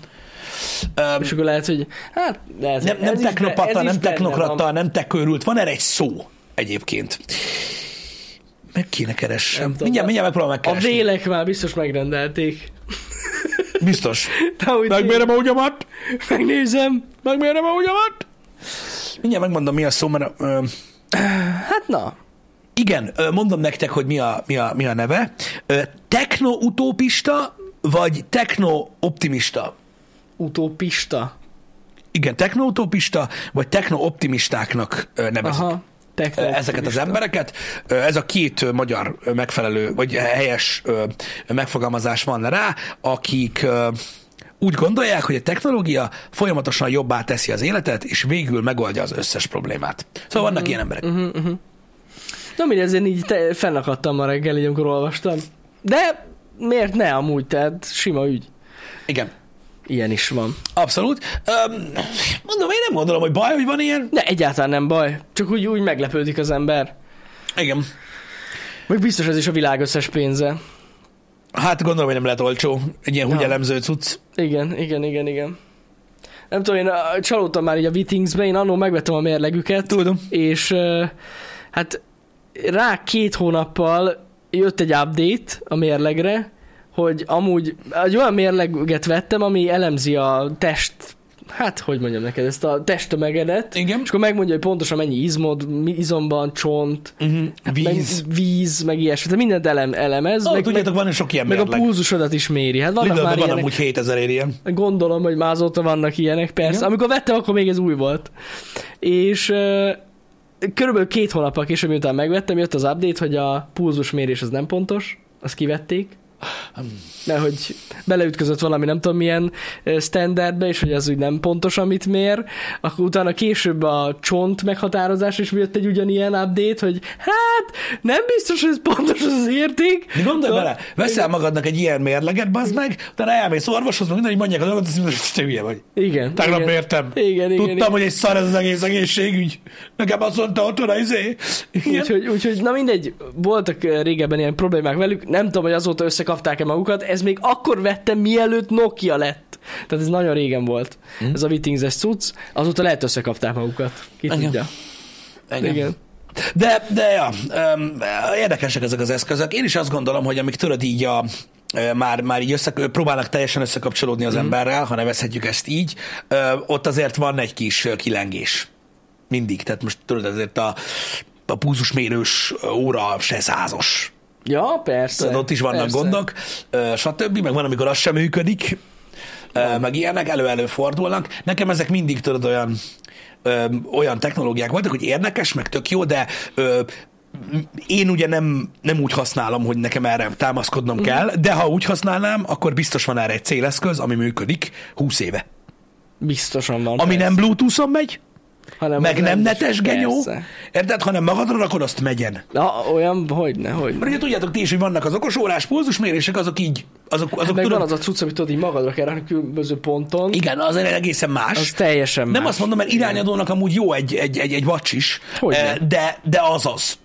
Um, És akkor lehet, hogy hát lehet, nem, nem ez is be- technopata, ez is nem benne van. technokrata, nem tekőrült, van erre egy szó egyébként. Meg kéne keressem. tudom, Mindjárt, mindjárt megpróbálom A megkeresni. vélek már biztos megrendelték. Biztos. De úgy a ugyamat? Megnézem, megmérem a ugyamat. Mindjárt megmondom, mi a szó, mert ö, Hát na, igen, ö, mondom nektek, hogy mi a, mi a, mi a neve. Ö, Techno-utópista, vagy techno-optimista? utópista. Igen, techno-utópista, vagy techno-optimistáknak ö, nevezik. Aha, ö, techno. ezeket az embereket. Ö, Ez a két ö, magyar ö, megfelelő, vagy helyes ö, megfogalmazás van rá, akik ö, úgy gondolják, hogy a technológia folyamatosan jobbá teszi az életet, és végül megoldja az összes problémát. Szóval vannak ilyen emberek. Na mindegy, ezért így te, fennakadtam ma reggel, így amikor olvastam. De miért ne amúgy, tehát sima ügy. Igen. Ilyen is van. Abszolút. Um, mondom, én nem gondolom, hogy baj, hogy van ilyen. De egyáltalán nem baj, csak úgy, úgy meglepődik az ember. Igen. Meg biztos ez is a világ összes pénze. Hát gondolom, hogy nem lehet olcsó. Egy ilyen Nem. húgyelemző cucc. Igen, igen, igen, igen. Nem tudom, én ah, csalódtam már így a Wittingsbe, én annó megvettem a mérlegüket. Tudom. és ö, hát rá két hónappal jött egy update a mérlegre, hogy amúgy egy olyan mérleget vettem, ami elemzi a test, hát hogy mondjam neked, ezt a testtömegedet, Igen. és akkor megmondja, hogy pontosan mennyi izmod, mi izomban, csont, Uh-huh. Víz. Hát Meg, víz, meg ilyesmi, tehát mindent elem, elemez, Meg, meg, tudjátok, van sok ilyen meg, meg a mérleg. pulzusodat is méri. Hát vannak Lidlben már van ilyenek. amúgy 7000 ér ilyen. Gondolom, hogy már azóta vannak ilyenek, persze. Igen. Igen. Amikor vettem, akkor még ez új volt. És ö, körülbelül két hónappal később, miután megvettem, jött az update, hogy a pulzusmérés az nem pontos, azt kivették, mert hogy beleütközött valami nem tudom milyen ö, standardbe, és hogy az úgy nem pontos, amit mér. Akkor utána később a csont meghatározás is jött egy ugyanilyen update, hogy hát nem biztos, hogy ez pontos az, az érték. De gondolj Szóval- bele, veszel magadnak egy ilyen mérleget, bazd meg, utána elmész orvoshoz, meg minden, hogy mondják a dolgot, azt mondod, hogy te hülye vagy. Igen. Tegnap igen. értem. Igen, igen, Tudtam, igen. hogy egy szar ez az egész egészségügy. Nekem azt mondta otthon a izé. Igen. Úgyhogy, úgyhogy, na mindegy, voltak eh, régebben ilyen problémák velük, nem tudom, hogy azóta összekapták-e magukat, ez még akkor vettem, mielőtt Nokia lett. Tehát ez nagyon régen volt, Mhm. hmm. ez a Wittings-es cucc, azóta lehet összekapták magukat, ki Igen. tudja. Igen. Igen. De, de ja, öm, érdekesek ezek az eszközök. Én is azt gondolom, hogy amik tudod így a, ö, már, már így össze, próbálnak teljesen összekapcsolódni az mm. emberrel, ha nevezhetjük ezt így, ö, ott azért van egy kis ö, kilengés. Mindig. Tehát most tudod, azért a, a púzusmérős óra se százos. Ja, persze. Tudod, ott is vannak persze. persze. gondok, ö, stb. Meg van, amikor az sem működik, ö, meg ilyenek elő-elő fordulnak. Nekem ezek mindig, tudod, olyan, ö, olyan technológiák voltak, hogy érdekes, meg tök jó, de ö, m- én ugye nem, nem úgy használom, hogy nekem erre támaszkodnom mm. kell, de ha úgy használnám, akkor biztos van erre egy céleszköz, ami működik 20 éve. Biztosan van. Ami persze. nem Bluetooth-on megy, Hanem meg az nem rendes, netes genyó, persze. érted, hanem magadra rakod, azt megyen. Na, olyan, hogyne, hogyne. Mert ugye tudjátok ti is, hogy vannak az okos órás pulzusmérések, azok így, azok, azok Hát Meg tudod, van az a cucc, amit tudod így magadra kell rakni különböző ponton. igen, az egészen más. Az teljesen nem más. azt mondom, mert irányadónak amúgy jó egy, egy, egy, egy vacs is, Hogyne. eh, de, de az az.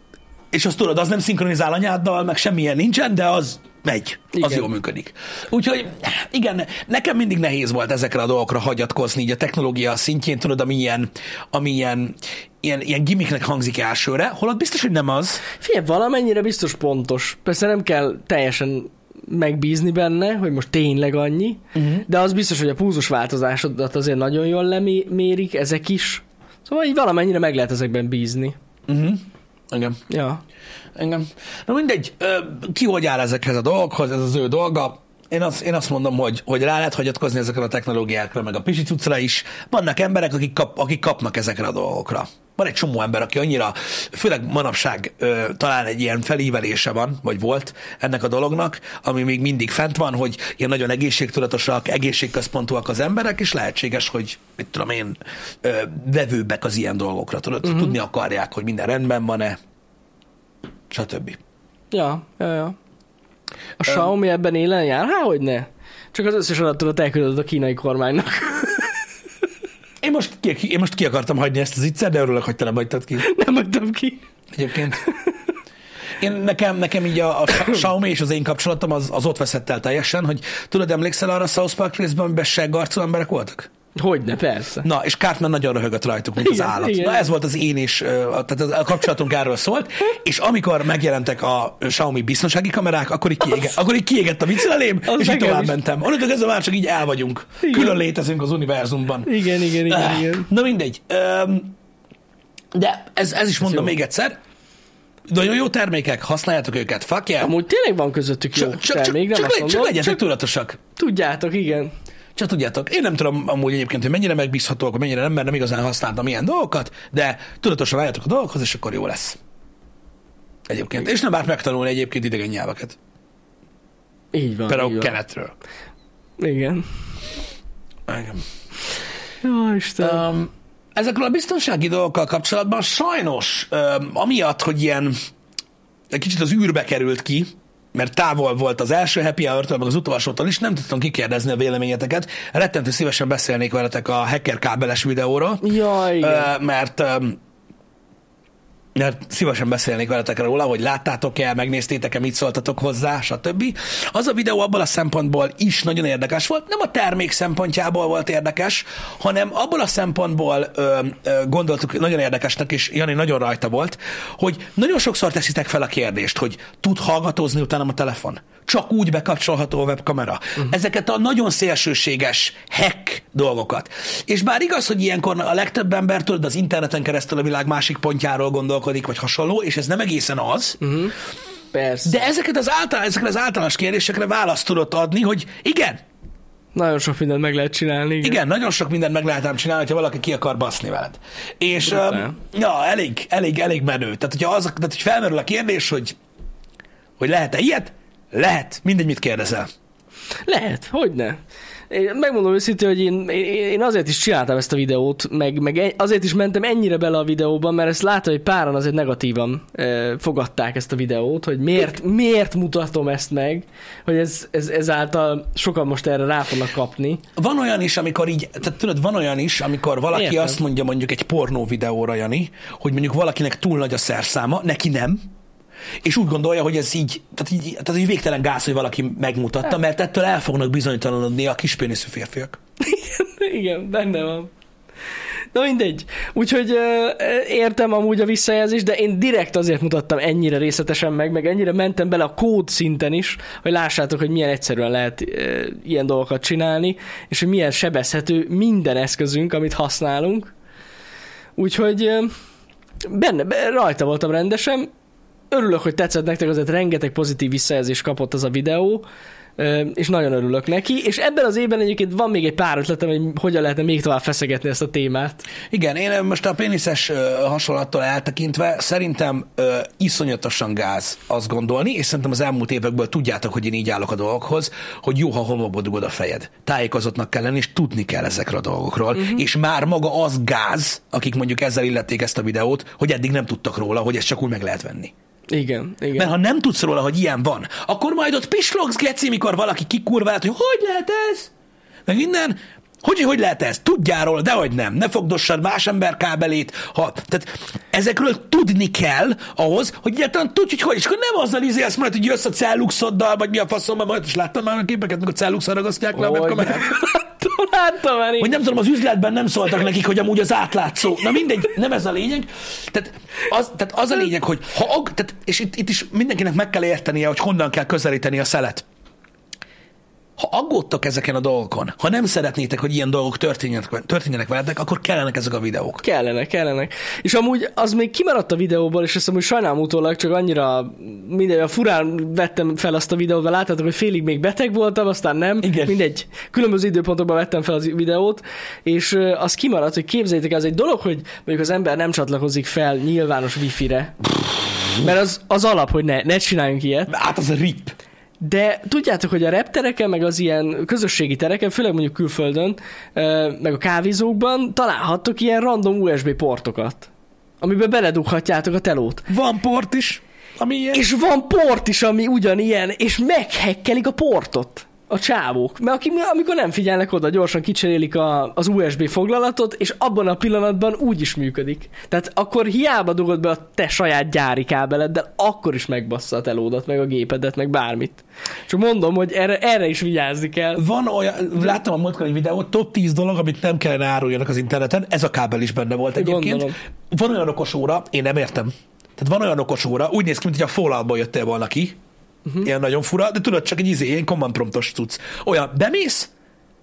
És azt tudod, az nem szinkronizál anyáddal, meg semmilyen nincsen, de az megy, igen. az Igen. jól működik. Úgyhogy igen, nekem mindig nehéz volt ezekre a dolgokra hagyatkozni, így a technológia szintjén, tudod, ami ilyen, ami ilyen, ilyen, ilyen gimmicknek hangzik elsőre, holott biztos, hogy nem az. Figyelj, valamennyire biztos pontos. Persze nem kell teljesen megbízni benne, hogy most tényleg annyi, Mhm. uh-huh. de az biztos, hogy a púzus változásodat azért nagyon jól lemérik ezek is. Szóval így valamennyire meg lehet ezekben bízni. Uh-huh. Igen. Ja. Engem. Na mindegy, ö, ki hogy áll ezekhez a dolgokhoz, ez az ő dolga. Én azt, én azt mondom, hogy, hogy rá lehet hagyatkozni ezekre a technológiákra, meg a pisi cuccra is. Vannak emberek, akik, kap, akik kapnak ezekre a dolgokra. Van egy csomó ember, aki annyira, főleg manapság ö, talán egy ilyen felívelése van, vagy volt ennek a dolognak, ami még mindig fent van, hogy ilyen nagyon egészségtudatosak, egészségközpontúak az emberek, és lehetséges, hogy mit tudom én, ö, vevőbbek az ilyen dolgokra. Tudod, uh-huh. tudni akarják, hogy minden rendben van-e, stb. Ja, ja, ja. A Xiaomi ebben élen jár? Há, hogy ne? Csak az összes adatodat elküldöd a kínai kormánynak. Én most, ki, én most ki akartam hagyni ezt az iccet, de örülök, hogy te nem hagytad ki. Nem adtam ki. Egyébként. Én, nekem, nekem így a, a Xiaomi és az én kapcsolatom az, az ott veszett el teljesen, hogy tudod, emlékszel arra a South Park részben, amiben seggarcú emberek voltak? Hogyne, persze. Na, és Cartman nagyon röhögött rajtuk, mint Igen, az állat. igen. Na, ez volt az én is, ö, a- tehát az- a kapcsolatunk erről szólt, és amikor megjelentek a Xiaomi biztonsági kamerák, akkor így kiégett, akkor így kiégett a vicc elém, Az és így nekem tovább is. mentem. Onnantól kezdve már csak így el vagyunk. Igen. Külön létezünk az univerzumban. Igen, igen, igen, Ah, igen. Na mindegy. Öm, De ez, ez is mondom jó. még egyszer. Nagyon jó termékek, használjátok őket, fuck yeah. Amúgy tényleg van közöttük jó Csak, csak, csak, termék, nem csak, azt le- mondom. csak legyetek csak tudatosak. tudjátok, igen. Csak tudjátok, én nem tudom amúgy egyébként, hogy mennyire megbízhatóak, mennyire nem, mert nem igazán használtam ilyen dolgokat, de tudatosan álljatok a dolgokhoz, és akkor jó lesz. Egyébként. És nem árt megtanulni egyébként idegen nyelveket. Így van. Például Ah, így van. keletről. Igen. Engem. Jó, Isten. Um, ezekről a biztonsági dolgokkal kapcsolatban sajnos, um, amiatt, hogy ilyen egy kicsit az űrbe került ki, mert távol volt az első happy hour meg az utolsótól is, nem tudtam kikérdezni a véleményeteket. Rettentő szívesen beszélnék veletek a hacker kábeles videóról, Jaj, igen. ö, mert um, mert szívesen beszélnék veletek róla, hogy láttátok-e, megnéztétek-e, mit szóltatok hozzá, stb. Az a videó abból a szempontból is nagyon érdekes volt, nem a termék szempontjából volt érdekes, hanem abból a szempontból ö, ö, gondoltuk nagyon érdekesnek, és Jani nagyon rajta volt, hogy nagyon sokszor teszitek fel a kérdést, hogy tud hallgatózni utána a telefon? Csak úgy bekapcsolható a webkamera. Uh-huh. Ezeket a nagyon szélsőséges hack dolgokat. És bár igaz, hogy ilyenkor a legtöbb ember tudod, az interneten keresztül a világ másik pontjáról gondolkodik, vagy hasonló, és ez nem egészen az, uh-huh. Persze. de ezeket az által, ezekre az általános kérdésekre választ tudod adni, hogy igen, Nagyon sok mindent meg lehet csinálni. Igen. igen, nagyon sok mindent meg lehet ám csinálni, ha valaki ki akar baszni veled. És um, ja, elég, elég, elég menő. Tehát, hogyha az, tehát, hogy felmerül a kérdés, hogy, hogy lehet-e ilyet, lehet, mindegy, mit kérdezel. Lehet, hogy ne. Én megmondom őszintén, hogy én, én, én azért is csináltam ezt a videót, meg, meg e- azért is mentem ennyire bele a videóba, mert ezt látom, hogy páran azért negatívan e, fogadták ezt a videót, hogy miért, miért mutatom ezt meg, hogy ez, ez, ezáltal sokan most erre rá fognak kapni. Van olyan is, amikor így, tehát tudod, van olyan is, amikor valaki Értem. Értem. azt mondja mondjuk egy pornó videóra, Jani, hogy mondjuk valakinek túl nagy a szerszáma, neki nem, és úgy gondolja, hogy ez így, tehát így, tehát így végtelen gáz, hogy valaki Hát. megmutatta, mert ettől el fognak bizonytalanodni a kispéniszű férfiak. Igen, benne van. Na mindegy. Úgyhogy ö, értem amúgy a visszajelzést, de én direkt azért mutattam ennyire részletesen meg, meg ennyire mentem bele a kód szinten is, hogy lássátok, hogy milyen egyszerűen lehet ö, ilyen dolgokat csinálni, és hogy milyen sebezhető minden eszközünk, amit használunk. Úgyhogy ö, benne, be- rajta voltam rendesen. Örülök, hogy tetszett nektek, azért rengeteg pozitív visszajelzést kapott az a videó, ö, és nagyon örülök neki, és ebben az évben egyébként van még egy pár ötletem, hogy hogyan lehetne még tovább feszegetni ezt a témát. Igen, én most a péniszes ö, hasonlattól eltekintve szerintem ö, iszonyatosan gáz azt gondolni, és szerintem az elmúlt évekből tudjátok, hogy én így állok a dolgokhoz, hogy jó, ha homokba dugod a fejed. Tájékozottnak kell lenni, és tudni kell ezekről a dolgokról. Uh-huh. És már maga az gáz, akik mondjuk ezzel illették ezt a videót, hogy eddig nem tudtak róla, hogy ezt csak úgy meg lehet venni. Igen, igen. Mert ha nem tudsz róla, hogy ilyen van, akkor majd ott pislogsz, geci, mikor valaki kikurvált, hogy hogy lehet ez? Meg minden, hogy, hogy lehet ez? Tudjál róla, dehogy nem. Ne fogdossad más ember kábelét. Ha, tehát ezekről tudni kell ahhoz, hogy egyáltalán tudj, hogy hogy. És akkor nem azzal izélsz majd, hogy jössz a celluxoddal, vagy mi a faszom, mert majd is láttam már a képeket, mikor celluxon ragasztják le a Hogy webkamerát. láttam, láttam már Hogy én. nem tudom, az üzletben nem szóltak nekik, hogy amúgy az átlátszó. Na mindegy, nem ez a lényeg. Tehát az, tehát az a lényeg, hogy ha, ag- tehát, és itt, itt is mindenkinek meg kell értenie, hogy honnan kell közelíteni a szelet. Ha aggódtok ezeken a dolgokon, ha nem szeretnétek, hogy ilyen dolgok történjenek, történjenek veletek, akkor kellenek ezek a videók. Kellene, kellene. És amúgy az még kimaradt a videóból, és azt amúgy sajnálom utólag, csak annyira mindegy, a furán vettem fel azt a videót, mert láttátok, hogy félig még beteg voltam, aztán nem. Igen. Mindegy. Különböző időpontokban vettem fel az videót, és ö, az kimaradt, hogy képzeljétek, el, az egy dolog, hogy mondjuk az ember nem csatlakozik fel nyilvános wifi-re. Mert az, az alap, hogy ne, ne csináljunk ilyet. Hát az a rip. De tudjátok, hogy a reptereken, meg az ilyen közösségi tereken, főleg mondjuk külföldön, ö, meg a kávézókban találhattok ilyen random USB portokat, amiben beledughatjátok a telót. Van port is, ami ilyen. És van port is, ami ugyanilyen, és meghekkelik a portot a csávók. Mert akik, amikor nem figyelnek oda, gyorsan kicserélik a, az USB foglalatot, és abban a pillanatban úgy is működik. Tehát akkor hiába dugod be a te saját gyári kábeleddel, akkor is megbassza a telódat, meg a gépedet, meg bármit. Csak mondom, hogy erre, erre is vigyázni kell. Van olyan, láttam a múltkor egy videót, top 10 dolog, amit nem kellene áruljanak az interneten, ez a kábel is benne volt egyébként. Gondolom. Van olyan okos óra, én nem értem. Tehát van olyan okos óra, úgy néz ki, mintha a Falloutból jöttél volna ki, Mhm. uh-huh. ilyen nagyon fura, de tudod, csak egy izé, ilyen command promptos cucc. Olyan, bemész,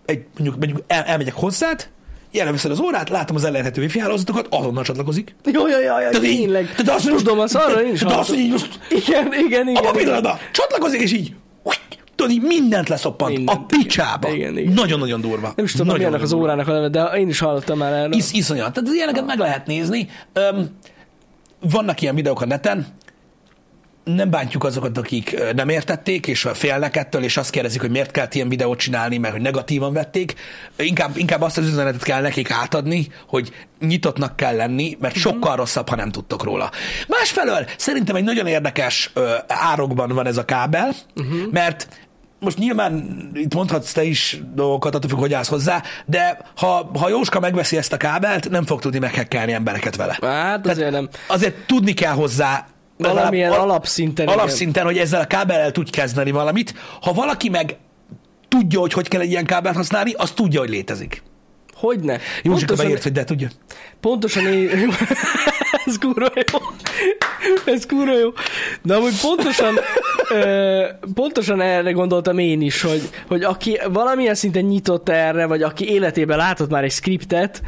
egy, mondjuk, mondjuk el, elmegyek hozzád, jelenveszed az órát, látom az elérhető wifi hálózatokat, azonnal csatlakozik. Jó, jó, jó, jó, így- tényleg. tehát azt, Most az arra én is Tehát azt, hogy hallottam. így most Igen, igen, igen. abban a pillanatban csatlakozik, és így, úgy, tudod, így mindent leszoppant. Mindent, a picsába. igen, igen. Nagyon-nagyon durva. Nem is tudom, mi Nagyon-nagyon annak az Ah. durva. órának a neve, de én is hallottam már erről. Is, iszonyat. Tehát az ilyeneket meg lehet nézni. Öm, vannak ilyen videók a neten, nem bántjuk azokat, akik ö, nem értették, és félnek ettől, és azt kérdezik, hogy miért kell ilyen videót csinálni, mert hogy negatívan vették. Inkább, inkább azt az üzenetet kell nekik átadni, hogy nyitottnak kell lenni, mert sokkal rosszabb, ha nem tudtok róla. Másfelől szerintem egy nagyon érdekes ö, árokban van ez a kábel, uh-huh. mert most nyilván itt mondhatsz te is dolgokat, attól függ, hogy állsz hozzá, de ha, ha Jóska megveszi ezt a kábelt, nem fog tudni meghekkelni embereket vele. Hát azért nem. Azért tudni kell hozzá Valamilyen legalább al- alapszinten, igen. Alapszinten, hogy ezzel a kábellel tud kezdeni valamit. Ha valaki meg tudja, hogy hogy kell egy ilyen kábelt használni, az tudja, hogy létezik. Hogyne? Józsika Pontosan- beírt, hogy de tudja. Pontosan én... Ez kurva jó. Ez kurva jó. De amúgy pontosan, ö, pontosan erre gondoltam én is, hogy, hogy aki valamilyen szinten nyitott erre, vagy aki életében látott már egy skriptet,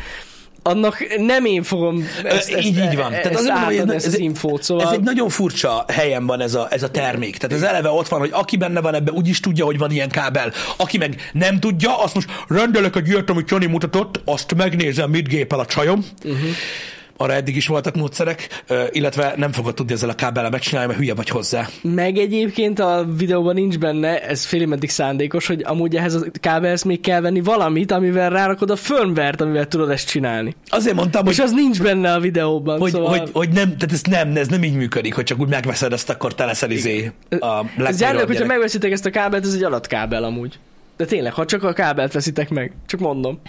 annak nem én fogom ezt, Ö, ezt, e- így, így van. Ezt, ezt azért átadni, mondom, ezt az egy- infót, szóval... ez egy nagyon furcsa helyen van ez a, ez a termék. Tehát ez eleve ott van, hogy aki benne van ebben, úgyis tudja, hogy van ilyen kábel. Aki meg nem tudja, azt most rendelek egy ilyet, amit Johnny mutatott, azt megnézem, mit gépel a csajom. Uh-huh. Mhm. Arra eddig is voltak módszerek, ö, illetve nem fogod tudni ezzel a kábellel megcsinálni, mert hülye vagy hozzá. Meg egyébként a videóban nincs benne, ez félig meddig szándékos, hogy amúgy ehhez a kábelhez még kell venni valamit, amivel rárakod a firmware amivel tudod ezt csinálni. Azért mondtam, És hogy, az nincs benne a videóban, hogy, szóval... hogy, hogy, nem, tehát ez nem, ez nem így működik, hogy csak úgy megveszed ezt, akkor te leszel izé a Ez gyárnak, hogyha meg... megveszitek ezt a kábelt, ez egy alatkábel amúgy. De tényleg, ha csak a kábelt veszitek meg, csak mondom.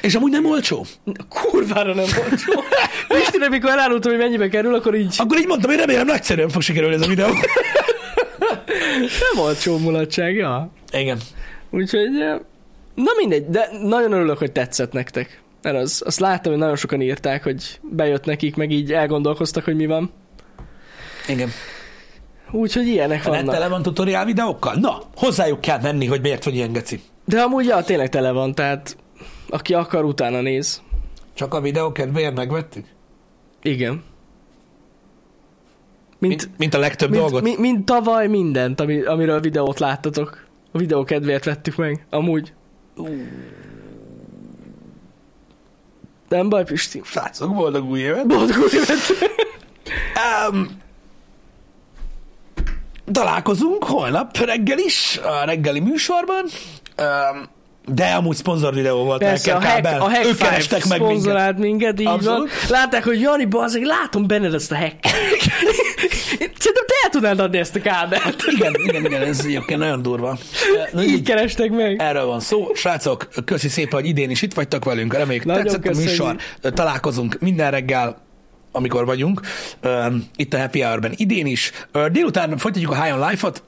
És amúgy nem olcsó. Kurvára nem volt jó. Pistire, mikor elárultam, hogy mennyibe kerül, akkor így Akkor így mondtam, hogy remélem nagyszerűen fog sikerülni ez a videó. nem volt csó mulatság, ja. Igen. Úgyhogy, eh, na mindegy, de nagyon örülök, hogy tetszett nektek. Mert az, azt láttam, hogy nagyon sokan írták, hogy bejött nekik, meg így elgondolkoztak, hogy mi van. Igen. Úgyhogy ilyenek A net vannak. tele van tutoriál videókkal? Na, hozzájuk kell menni, hogy miért vagy ilyen geci. De amúgy ja, tényleg tele van, tehát aki akar, utána néz. Csak a videó kedvéért megvettük? Igen. Mint, Mint, mint a legtöbb mint, mint, dolgot. mint, Mi... mint, mint tavaly mindent, ami, amiről videót láttatok. A videó kedvéért vettük meg, amúgy. Nem baj, Pisti. Srácok, boldog új évet! Boldog új évet! Um, találkozunk holnap reggel is, a reggeli műsorban. Um, de amúgy szponzor videóval Persze, a hack, a hack ők kerestek meg minket. szponzorált minket, így Abszolút. Abszolút. van. Látták, hogy Jani, bazzeg, látom benned ezt a hack. Szerintem te el tudnád adni ezt a kábelt. Igen, igen, igen, ez egyébként nagyon durva. Na, Így így, kerestek meg. erről van szó. Srácok, köszi szépen, hogy idén is itt vagytok velünk. Reméljük, Nagyon tetszett a köszönjük. műsor. Találkozunk minden reggel amikor vagyunk, um, itt a Happy Hour-ben idén is. Uh, délután folytatjuk a High on Life-ot,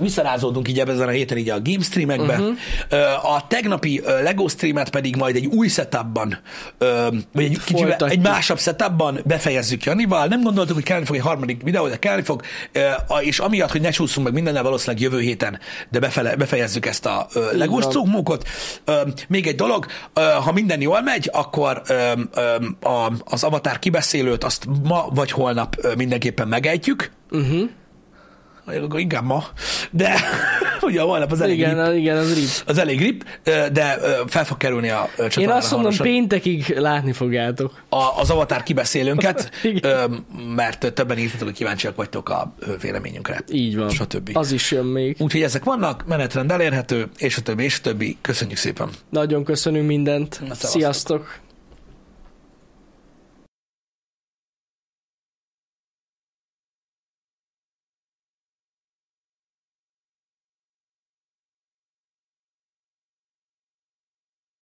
visszarázódunk így ebben ezen a héten így a game streamekbe. Mhm. Uh-huh. A tegnapi ö, LEGO streamet pedig majd egy új setupban, ö, vagy egy, kicsivel, Folytatjuk. egy másabb setupban befejezzük Janival. Nem gondoltuk, hogy kelleni fog egy harmadik videó, de kelleni fog, ö, a- és amiatt, hogy ne csúszunk meg mindennel valószínűleg jövő héten, de befele, befejezzük ezt a ö, legós van. cukmókot. Ö, Még egy dolog, ö, ha minden jól megy, akkor ö, ö, a- az avatár kibeszélőt azt ma vagy holnap ö, mindenképpen megejtjük. Mhm. Akkor inkább ma, de ugye holnap az elég Igen, rip, igen, az rip. az elég rip, ö, de ö, fel fog kerülni a ö, Én csatornára azt mondom, hamarosan péntekig látni fogjátok. a, az avatár kibeszélőnket, Igen. ö, mert többen írtatok, hogy kíváncsiak vagytok a ö, véleményünkre. Így van. Stb. Az is jön még. Úgyhogy ezek vannak, menetrend elérhető, és a többi, és a többi. Köszönjük szépen! Nagyon köszönünk mindent. szevasztok. Sziasztok.